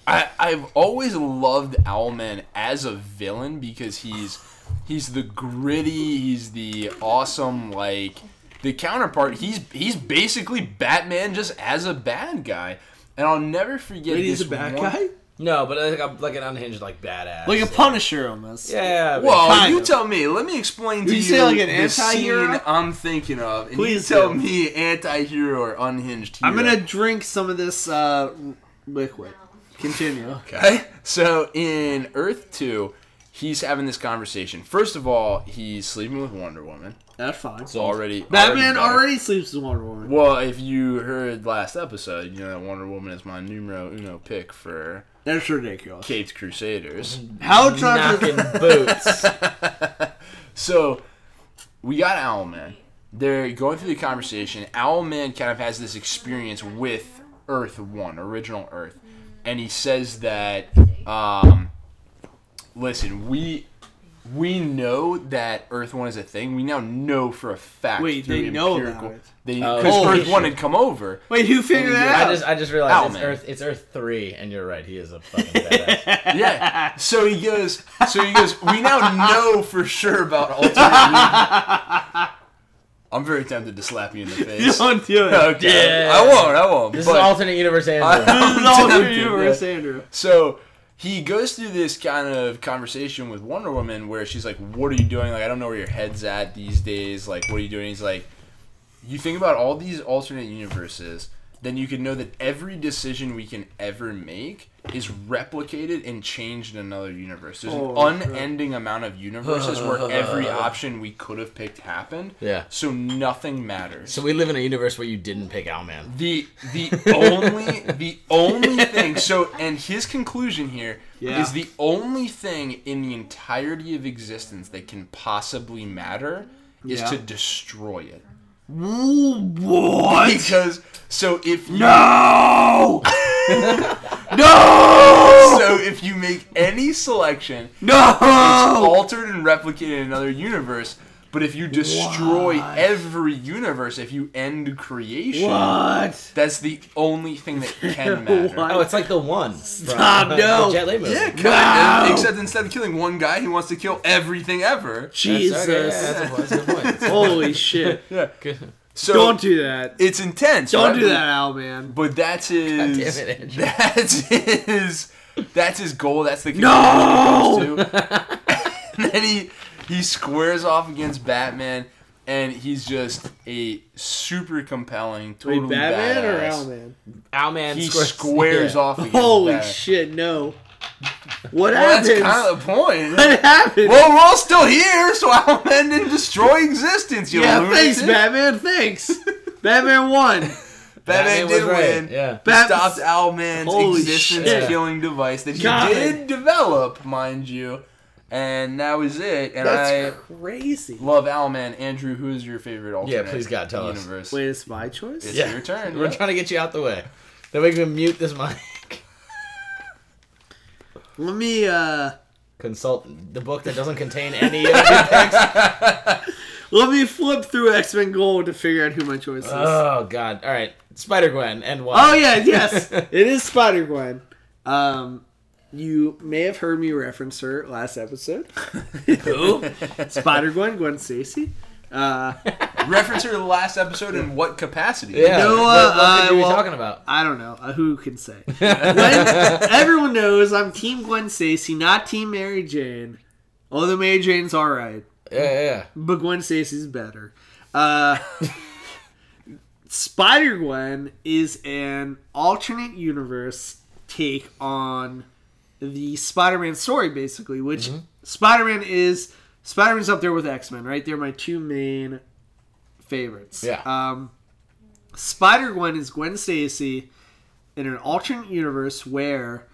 I I've always loved Owlman as a villain because he's he's the gritty, he's the awesome like the counterpart. He's he's basically Batman just as a bad guy, and I'll never forget. Wait, he's a this bad one- guy? no, but like, a, like an unhinged, like badass. Like a Punisher almost. Yeah. but- Well, Kind you of. tell me. Let me explain to you you, say, like, an the anti-hero? scene I'm thinking of, and Please you tell do. me anti-hero or unhinged hero. I'm going to drink some of this uh, liquid. Continue. Okay. So in Earth 2, he's having this conversation. First of all, he's sleeping with Wonder Woman. That's fine. Already Batman better. already sleeps with Wonder Woman. Well, if you heard last episode, you know that Wonder Woman is my numero uno pick for That's ridiculous. Caped Crusaders. How drunk is knocking boots. *laughs* *laughs* So we got Owlman. They're going through the conversation. Owlman kind of has this experience with Earth One, original Earth, and he says that, um, "Listen, we we know that Earth One is a thing. We now know for a fact. Wait, through they know empirical- about it. They Oh, because holy Earth One shit. had come over. *laughs* Wait, who figured that out? I just, I just realized it's Owlman. Earth, it's Earth three, and you're right. He is *laughs* a fucking badass. Yeah. So he goes. So he goes. We now know for sure about alternate. universe." I'm very tempted to slap you in the face. Don't do it. Okay. Yeah. I won't. I won't. This is but- alternate universe Andrew. This *laughs* is all through universe, Andrew. so he goes through this kind of conversation with Wonder Woman where she's like, "What are you doing? Like, I don't know where your head's at these days. Like, what are you doing?" He's like, "You think about all these alternate universes." Then you can know that every decision we can ever make is replicated and changed in another universe. There's Oh, an unending amount of universes where every option we could have picked happened. Yeah. So nothing matters. *laughs* so we live in a universe where you didn't pick Owlman. The the only the only thing so and his conclusion here is Yeah. the only thing in the entirety of existence that can possibly matter is Yeah. to destroy it. What? Because so if you No! *laughs* no! so if you make any selection No! altered and replicated in another universe, but if you destroy every universe, if you end creation, What? that's the only thing that can *laughs* matter. What? Oh, it's like the one. from uh, *laughs* Stop, no. the Jet Li movie. Yeah, kind No! of. Except instead of killing one guy, he wants to kill everything ever. Jesus. Okay, yeah, that's, a, that's a good point. *laughs* That's Holy shit. good. So Don't do that. it's intense. Don't right? do that, Al, man. But *laughs* that's his. damn it, Andrew. that's his. That's his goal. That's the No! *laughs* *laughs* and then he he squares off against Batman, and he's just a super compelling, totally Wait, Batman or badass. Al, man? Owlman He squares, squares *laughs* yeah. off against Holy Batman. shit, no. Well, What that's happens? kind of the point. *laughs* What happens? Well, we're all still here, so Owlman didn't destroy existence. You yeah, lunatic. thanks, Batman. Thanks. Batman won. Batman, Batman did was right, win. yeah. He Bat- stopped Owlman's Holy shit. existence-killing device that he God. did develop, mind you. And that was it. And That's I crazy. love Owlman. Andrew, who is your favorite alternate? please God, tell us. universe? Wait, it's my choice? It's Yeah. your turn. *laughs* We're yeah. trying to get you out the way. Then we can mute this mic. *laughs* Let me, uh... Consult the book that doesn't contain any of your text. Let me flip through X Men Gold to figure out who my choice is. *laughs* Oh God! All right, Spider Gwen and why? oh yeah, yes, it is Spider Gwen. Um, you may have heard me reference her last episode. Who? Spider Gwen, Gwen Stacy. Uh, Reference her to the last episode in what capacity? *laughs* Yeah. No, what, uh, what pig uh, are we well- talking about? I don't know. Uh, who can say? Gwen, everyone knows I'm Team Gwen Stacy, not Team Mary Jane. Although Mary Jane's alright. Yeah, yeah, yeah. But Gwen Stacy's better. Uh, Spider Gwen is an alternate universe take on the Spider Man story, basically, which Spider Man is. Spider Man's up there with X Men, right? They're my two main favorites. Yeah. Um, Spider Gwen is Gwen Stacy in an alternate universe where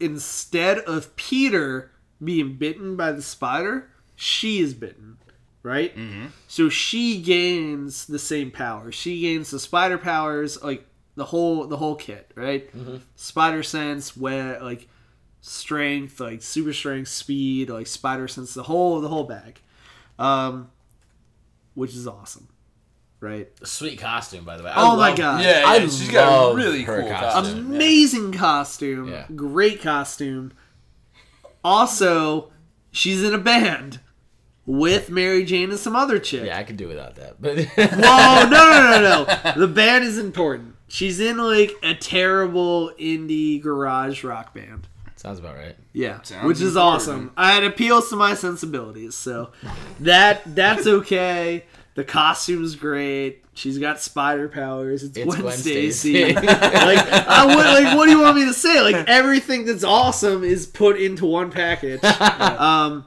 instead of Peter being bitten by the spider, she is bitten, right? Mm-hmm. So she gains the same power. She gains the spider powers, like the whole the whole kit, right? Spider sense, where like strength, like super strength, speed, like spider sense, the whole the whole bag, um, which is awesome, right? Sweet costume, by the way. I Oh my love- God. Yeah, yeah, I she's got a love really her cool costume. costume. yeah. amazing costume Yeah. great costume also she's in a band with mary jane and some other chick Yeah, I could do without that. But *laughs* Whoa, no, no, no, no. The band is important. She's in like a terrible indie garage rock band. sounds about right. Yeah, Sounds which is important. awesome. I it appeals to my sensibilities, so that that's okay. The costume's great. She's got spider powers. It's, It's Gwen, Gwen Stacy. Stacy. like, I would, like, what do you want me to say? Like, everything that's awesome is put into one package. Um,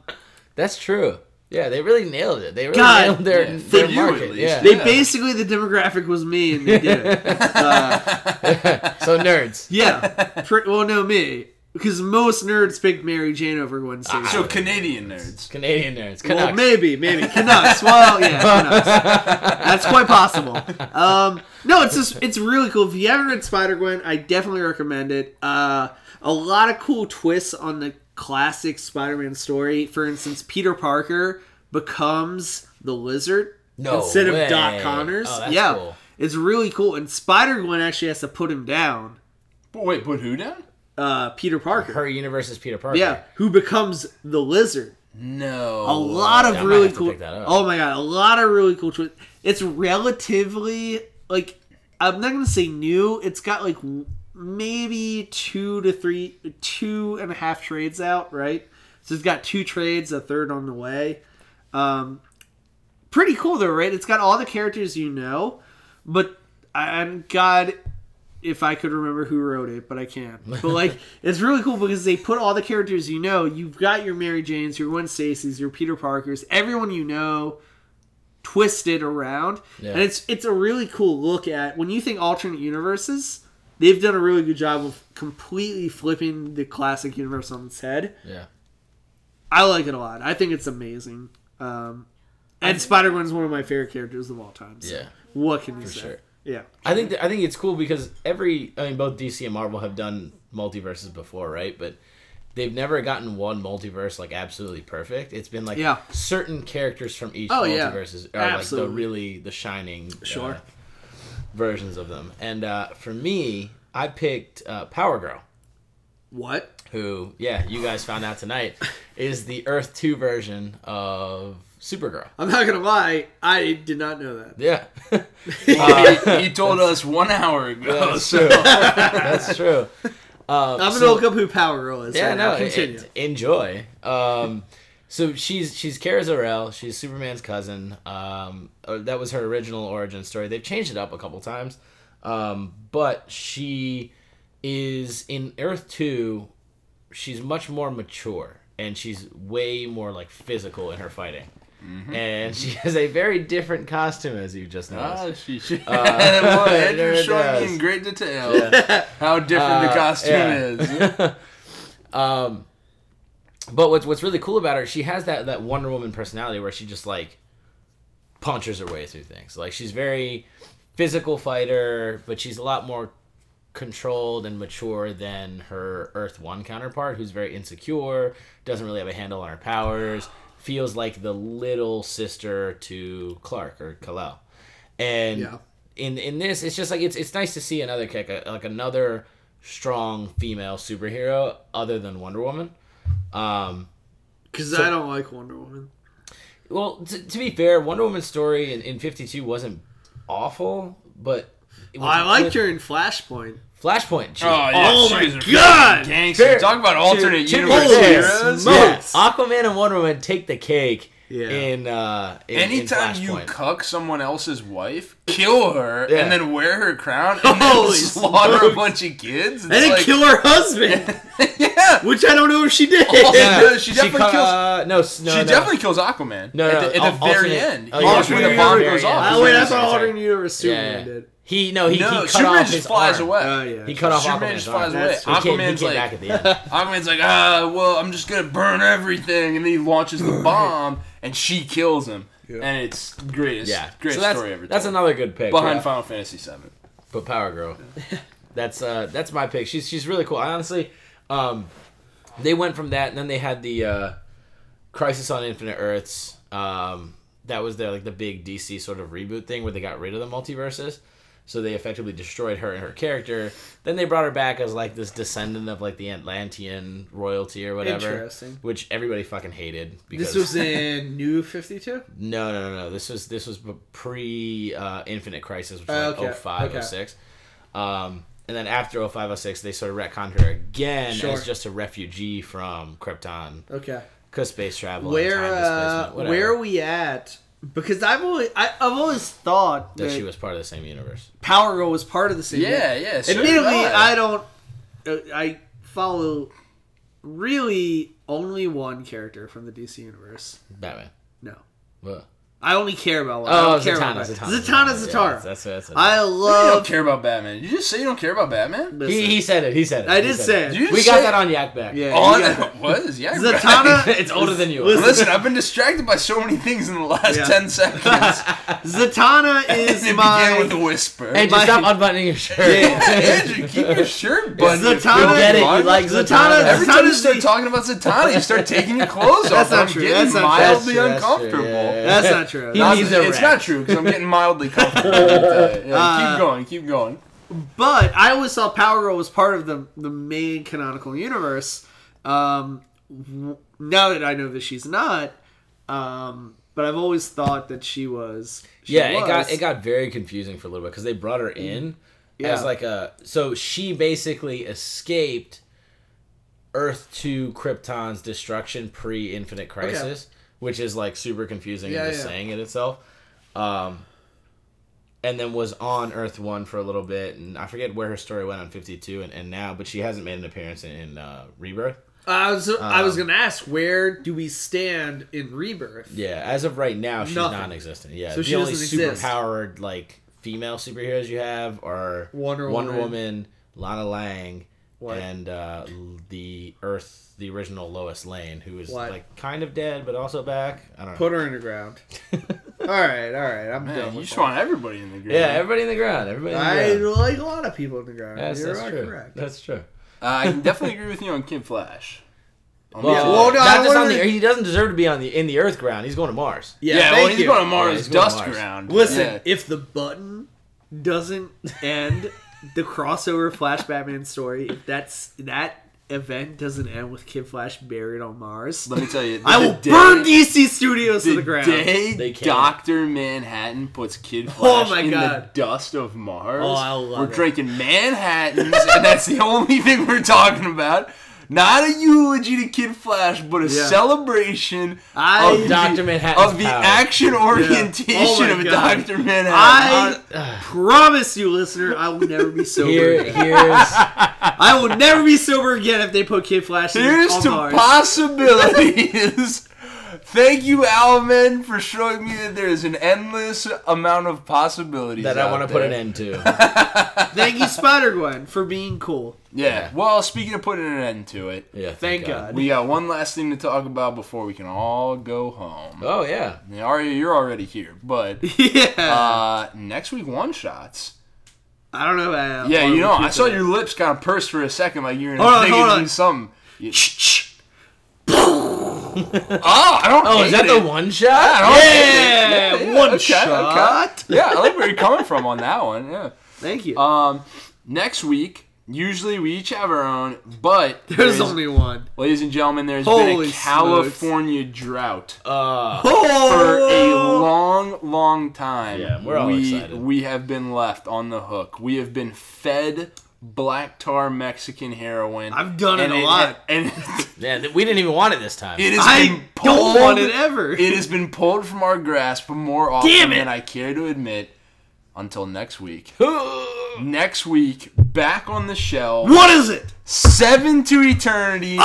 That's true. Yeah, they really nailed it. They really God, nailed their, yeah. their For you, at market. least. Yeah. they Yeah. basically the demographic was me, and they did it. Uh, so nerds. Yeah. Pr well, no, me. Because most nerds pick Mary Jane over Gwen Stacy. So Canadian nerds. *laughs* Canadian nerds. well, Canucks. maybe, maybe. Canucks. Well, yeah, Canucks. That's quite possible. Um, no, it's just, it's really cool. If you haven't read Spider-Gwen, I definitely recommend it. Uh, a lot of cool twists on the classic Spider-Man story. For instance, Peter Parker becomes the lizard No instead way. of Doc Connors. Oh, that's yeah. cool. It's really cool. And Spider-Gwen actually has to put him down. But wait, put who down? Uh, Peter Parker. Her universe is Peter Parker. Yeah, who becomes the lizard. No. A *laughs* lot of yeah, I might really have to cool. pick that up. Oh my god, a lot of really cool twists. It's relatively like I'm not gonna say new. It's got like w- maybe two to three, two and a half trades out, right? So it's got two trades, a third on the way. Um, pretty cool though, right? It's got all the characters you know, but and God, if I could remember who wrote it, but I can't. But *laughs* like, it's really cool because they put all the characters you know. You've got your Mary Janes, your Gwen Stacy's, your Peter Parkers, everyone you know, twisted around, Yeah. and it's it's a really cool look at when you think alternate universes. They've done a really good job of completely flipping the classic universe on its head. Yeah. I like it a lot. I think it's amazing. Um, and Spider Gwen's one of my favorite characters of all time. so Yeah. What can you say? sure. Yeah. I think that, I think it's cool because every I mean both DC and Marvel have done multiverses before, right? But they've never gotten one multiverse like absolutely perfect. It's been like Yeah. certain characters from each Oh, yeah. multiverses are like Absolutely. the really the shining uh, Sure. versions of them. And uh, for me, I picked uh, Power Girl, What? who yeah you guys found *laughs* out tonight is the Earth Two version of Supergirl. I'm not gonna lie. I did not know that. Yeah. *laughs* he, told us one hour ago. That's so true. That's true. Uh, I'm gonna so- look up who Power Girl is. Yeah, right no, now. Continue. en- enjoy. Um, so she's she's Kara Zor-El. She's Superman's cousin. Um, uh, that was her original origin story. They've changed it up a couple times, um, but she is in Earth Two. She's much more mature, and she's way more like physical in her fighting. And she *laughs* has a very different costume, as you just noticed. Ah, she, she, *laughs* well, Uh, there Andrew's it showing is. me in great detail how different the Uh, costume yeah. *laughs* is. Oh, Um, but what's what's really cool about her, she has that that Wonder Woman personality where she just like punches her way through things. Like she's very physical fighter, but she's a lot more controlled and mature than her Earth One counterpart, who's very insecure, doesn't really have a handle on her powers, feels like the little sister to Clark or Kal-El. And Yeah. in in this, it's just like it's it's nice to see another kick, like another strong female superhero other than Wonder Woman. Um, Because I don't like Wonder Woman. well, t- to be fair, Wonder Woman's story in, in 52 wasn't awful, but. it was- I liked with her in Flashpoint. Flashpoint. she- Oh she my was a God! freaking Gangster. Fair- Talk about alternate to- to universe be fair, heroes. smokes. yeah, Aquaman and Wonder Woman take the cake Yeah. in, uh, in in Anytime you Flashpoint. cuck someone else's wife, kill her, Yeah. and then wear her crown, and then Holy *laughs* slaughter smokes. a bunch of kids. It's And then like- kill her *laughs* husband, yeah. which I don't know if she did. Oh, *laughs* Yeah. no, she definitely cut- kills- Uh, no, s- no, she no. definitely kills Aquaman. No, no, at the, at the al- very alternate- end, oh, He- yeah, that's when the alternate bomb universe, goes yeah. off. Oh wait, that's Sorry, all sorry. alternate universe Yeah, Superman yeah. did. He no, he, he No, cut Superman off his just flies arm. away. Oh yeah. He cut off Superman Aquaman's just arm. flies away. That's- He came, he Aquaman's came like, back at the end. *laughs* Aquaman's like, ah, well, I'm just gonna burn everything, and then he launches the bomb, and she kills him, and it's greatest, Yeah, greatest so that's, story ever. That's told. another good pick. behind yeah. Final Fantasy VII. but Power *laughs* Girl. that's uh, that's my pick. She's she's really cool. I honestly, um, they went from that, and then they had the uh, Crisis on Infinite Earths. Um, that was their like the big DC sort of reboot thing where they got rid of the multiverses. So they effectively destroyed her and her character. Then they brought her back as like this descendant of like the Atlantean royalty or whatever, Interesting. which everybody fucking hated. This *laughs* was in New Fifty Two. No, no, no, no. This was this was pre uh, Infinite Crisis, which Oh, was okay, like 05, okay. 06. Um, and then after 05, 06, they sort of retconned her again Sure. as just a refugee from Krypton Okay. because space travel, and Where time uh, displacement, whatever. where are we at? Because I've always I, I've always thought that, that she was part of the same universe. Power Girl was part of the same. Yeah, yeah. so did Admittedly, I I, don't. Uh, I follow really only one character from the DC universe. Batman. No, What? I only care about one. I Oh, don't care Zatanna, about Zatanna, Oh, Zatanna, Yeah, Zatara. that's- that's, that's, I you don't love. care about Batman. Did you just say you don't care about Batman? Listen, he, he said it. He said it. I he did said say it. Did you We just got say- that on Yak Back. Oh, yeah, *laughs* *laughs* on you got- *laughs* what is yeah? Zatanna. it's older than you are. Listen, *laughs* Listen, I've been distracted by so many things in the last Yeah. ten *laughs* seconds. Zatanna and is it my. began with a whisper. Andrew, my- stop unbuttoning your *laughs* *laughs* shirt. Andrew, keep your shirt buttoned. you Zatanna- filthy You get it, you mark. like Zatanna. Zatanna. Every time you Zatanna's start the- talking about Zatanna, you start taking your clothes off. That's not I'm true, getting that's not true. mildly That's true, uncomfortable. yeah, yeah. That's not true. He- Not- *laughs* He's a it's rat. not true because I'm getting mildly comfortable. with that. Yeah, Uh, keep going, keep going. But I always saw Power Girl was part of the the main canonical universe. Um, w- now that I know that she's not, um, but I've always thought that she was. she yeah, it was. Mm-hmm. got it got very confusing for a little bit because they brought her in Yeah. as like a so she basically escaped Earth Two Krypton's destruction pre Infinite Crisis, which is like super confusing Yeah, and just yeah. saying it itself. Um, and then was on Earth One for a little bit, and I forget where her story went on Fifty Two and, and now, but she hasn't made an appearance in, in uh, Rebirth. I was I was gonna ask where do we stand in Rebirth? Um, Yeah, as of right now, she's Nothing. non-existent. Yeah, So the she only doesn't exist. superpowered like female superheroes you have are Wonder Wonder Woman. Woman, Lana Lang, What? and uh, l- the Earth, the original Lois Lane, who is What? like kind of dead but also back. I don't know. Put her *laughs* underground. all right, all right. I'm Man, done. you With just that. want everybody in the group. yeah, everybody in the ground. Everybody. In the I ground. like a lot of people underground. Yes, You're that's true. correct. That's true. uh, I can definitely agree with you on Kid Flash. On Well, the- Um, well, no, I not just on wanted- the. He doesn't deserve to be on the in the Earth ground. He's going to Mars. Yeah, yeah, well, thank he's you. going to Mars Yeah, he's going to Dust Mars. Ground. Listen, Yeah. if the button doesn't end the crossover Flash Batman story, if that's that event doesn't end with Kid Flash buried on Mars, let me tell you, I the will day- burn DC Studios to the ground. Oh day They can't. Doctor Manhattan puts Kid Flash my in the God. dust of Mars, Oh, I love we're it. drinking Manhattans, and that's the only thing we're talking about. Not a eulogy to Kid Flash, but a Yeah. celebration I- of Dr. the, Manhattan's of the power. action Oh orientation my of God. Doctor Manhattan. I promise you, listener, I will *laughs* never be sober. Here, again. here's I will never be sober again if they put Kid Flash in Here's on to Mars. possibilities. *laughs* Thank you, Alvin, for showing me that there is an endless amount of possibilities *laughs* that I want to put an *laughs* end to. Thank you, Spider Gwen, for being cool. Yeah. Well, speaking of putting an end to it, Yeah, Thank God. we got one last thing to talk about before we can all go home. Oh yeah. Now, Arya, you're already here, *laughs* but *laughs* yeah, uh, next week one shots. I don't know. About Yeah, Marvel you know, I saw Future. your lips kind of pursed for a second, like you're Hold on, thinking hold you on. do something. You- oh, I don't. Oh, is hate that the it. one shot? Oh, I don't Yeah, hate it. one okay, shot. okay. Yeah, I like where you're coming from on that one. Yeah. Thank you. Um, next week Usually we each have our own, *laughs* but There's there is- only one. ladies and gentlemen, there's been Holy a smokes. California drought Uh, for *laughs* a Oh, long, long time. Yeah, we're all we, excited. We have been left on the hook. We have been fed black tar Mexican heroin. I've done it And a lot. And *laughs* yeah, th- we didn't even want it this time. it has I been pulled. don't want it ever. It has been pulled from our grasp more often Damn it. than I care to admit. Until next week. Ooh. Next week, back on the shelf. What Ah! is it? Seven to Eternity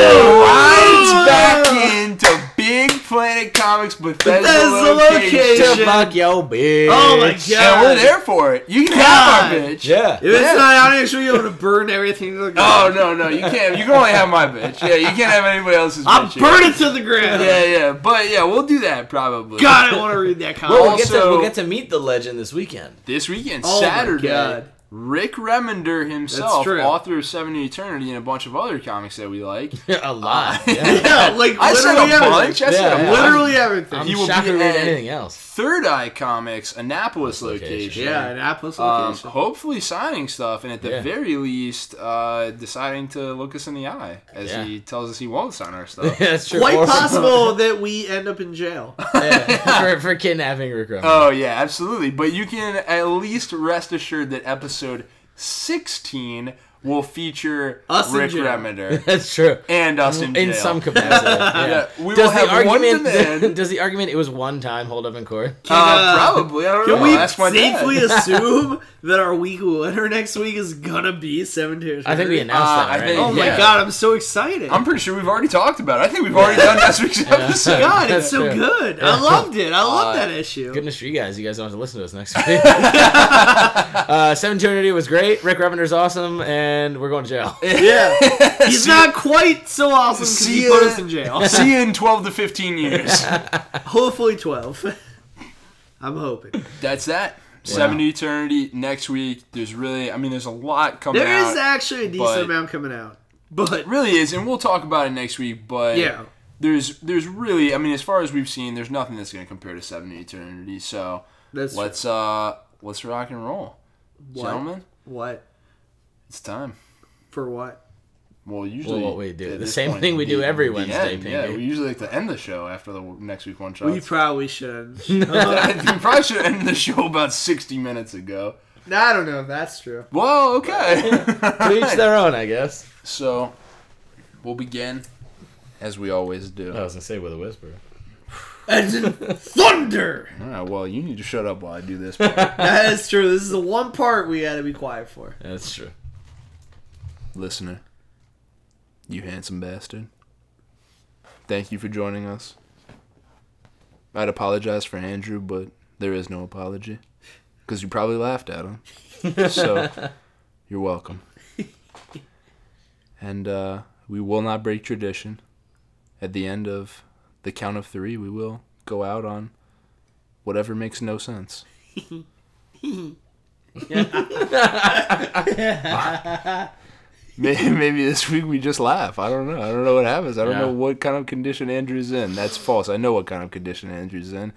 Ah! rides back into Big Planet Comics Bethesda, Bethesda location. location. Fuck yo, bitch. Oh my god! And we're there for it. You can have our God. bitch. Yeah. If it's Yeah. not out, actually, you're gonna burn everything *laughs* to the Oh ground. no, no, you can't. You can only have my bitch. Yeah, you can't have anybody else's. I'll bitch burn it to the ground. Yeah, yeah, but yeah, we'll do that probably. God, I want to read that Well, we'll, comic. get to, Also- we'll get to meet the legend this weekend. This weekend, Oh my Saturday, God. Rick Remender himself, true. author of Seven to Eternity and a bunch of other comics that we like. *laughs* a lot. *laughs* Yeah. *laughs* yeah, like I said literally a everything. bunch. I said Yeah. a bunch. Literally everything. I'm You will shocked be we at- read anything else. *laughs* Third Eye Comics, Annapolis Location. location. yeah, Annapolis Um, location. hopefully signing stuff, and at the Yeah. very least, uh, deciding to look us in the eye as Yeah. he tells us he won't sign our *laughs* stuff. That's true. Quite Or- possible that we end up *laughs* in jail. Uh, *laughs* Yeah, for, for kidnapping Rick Remender. oh yeah, absolutely. But you can at least rest assured that episode sixteen will feature Us in Rick jail. Remender *laughs* That's true. and us in, jail. In *laughs* Uh, some capacity. Yeah. Yeah, we does will the have one argument *laughs* demand. does the argument it was one time hold up in court? uh, uh, probably. I don't Can know. we That's my dad. *laughs* safely assume that our week winner next week is gonna be seven to I think we Eternity? announced Uh, that. I Right? think- Oh my Yeah. god, I'm so excited! I'm pretty sure we've already talked about it. I think we've already *laughs* done last week's episode. god, That's it's so true. good. I loved it. I love that issue. Goodness for you guys. You guys don't have to listen to us next *laughs* week. uh, Seven Eternity was great. Rick Revender's awesome, and we're going to jail. Yeah, *laughs* he's not quite so awesome because See he put ya. us in jail. See you in 12 to 15 years. *laughs* Hopefully twelve. *laughs* I'm hoping That's that. Seven to Eternity next week. There's really, I mean, there's a lot coming there out. is actually a decent but- amount coming out, but really is, and we'll talk about it next week. But *laughs* yeah, there's there's really, I mean, as far as we've seen, there's nothing that's going to compare to Seven to Eternity. So that's let's uh let's rock and roll, what, gentlemen. what It's time. for what? Well, usually Well, what we do. at The this same point, thing we do the- every the Wednesday, end, Yeah, Pinky. we usually like to end the show after the next week one shot. *laughs* We probably should. *laughs* I think we probably should end the show about 60 minutes ago. I don't know if that's true. Well, *laughs* okay. to *laughs* *laughs* each their own, I guess. So, we'll begin as we always do. I was gonna say with a whisper. As *laughs* in thunder. All right, well, you need to shut up while I do this. part. That is true. This is the one part we had to be quiet for. That's true. Listener, you handsome bastard. Thank you for joining us. I'd apologize for Andrew, but there is no apology. Because you probably laughed at him. So, you're welcome. And uh, we will not break tradition. At the end of the count of three, we will go out on whatever makes no sense. Maybe, maybe this week we just laugh. I don't know. I don't know what happens. I don't Yeah. know what kind of condition Andrew's in. That's false. I know what kind of condition Andrew's in.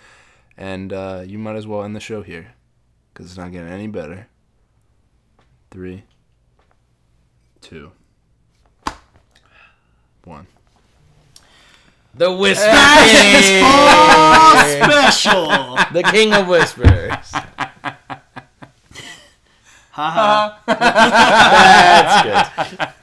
And uh, you might as well end the show here because it's not getting any better. Three, two, one. The whisper. *laughs* Special. *laughs* ha the king of *laughs* whispers. ha. That's good.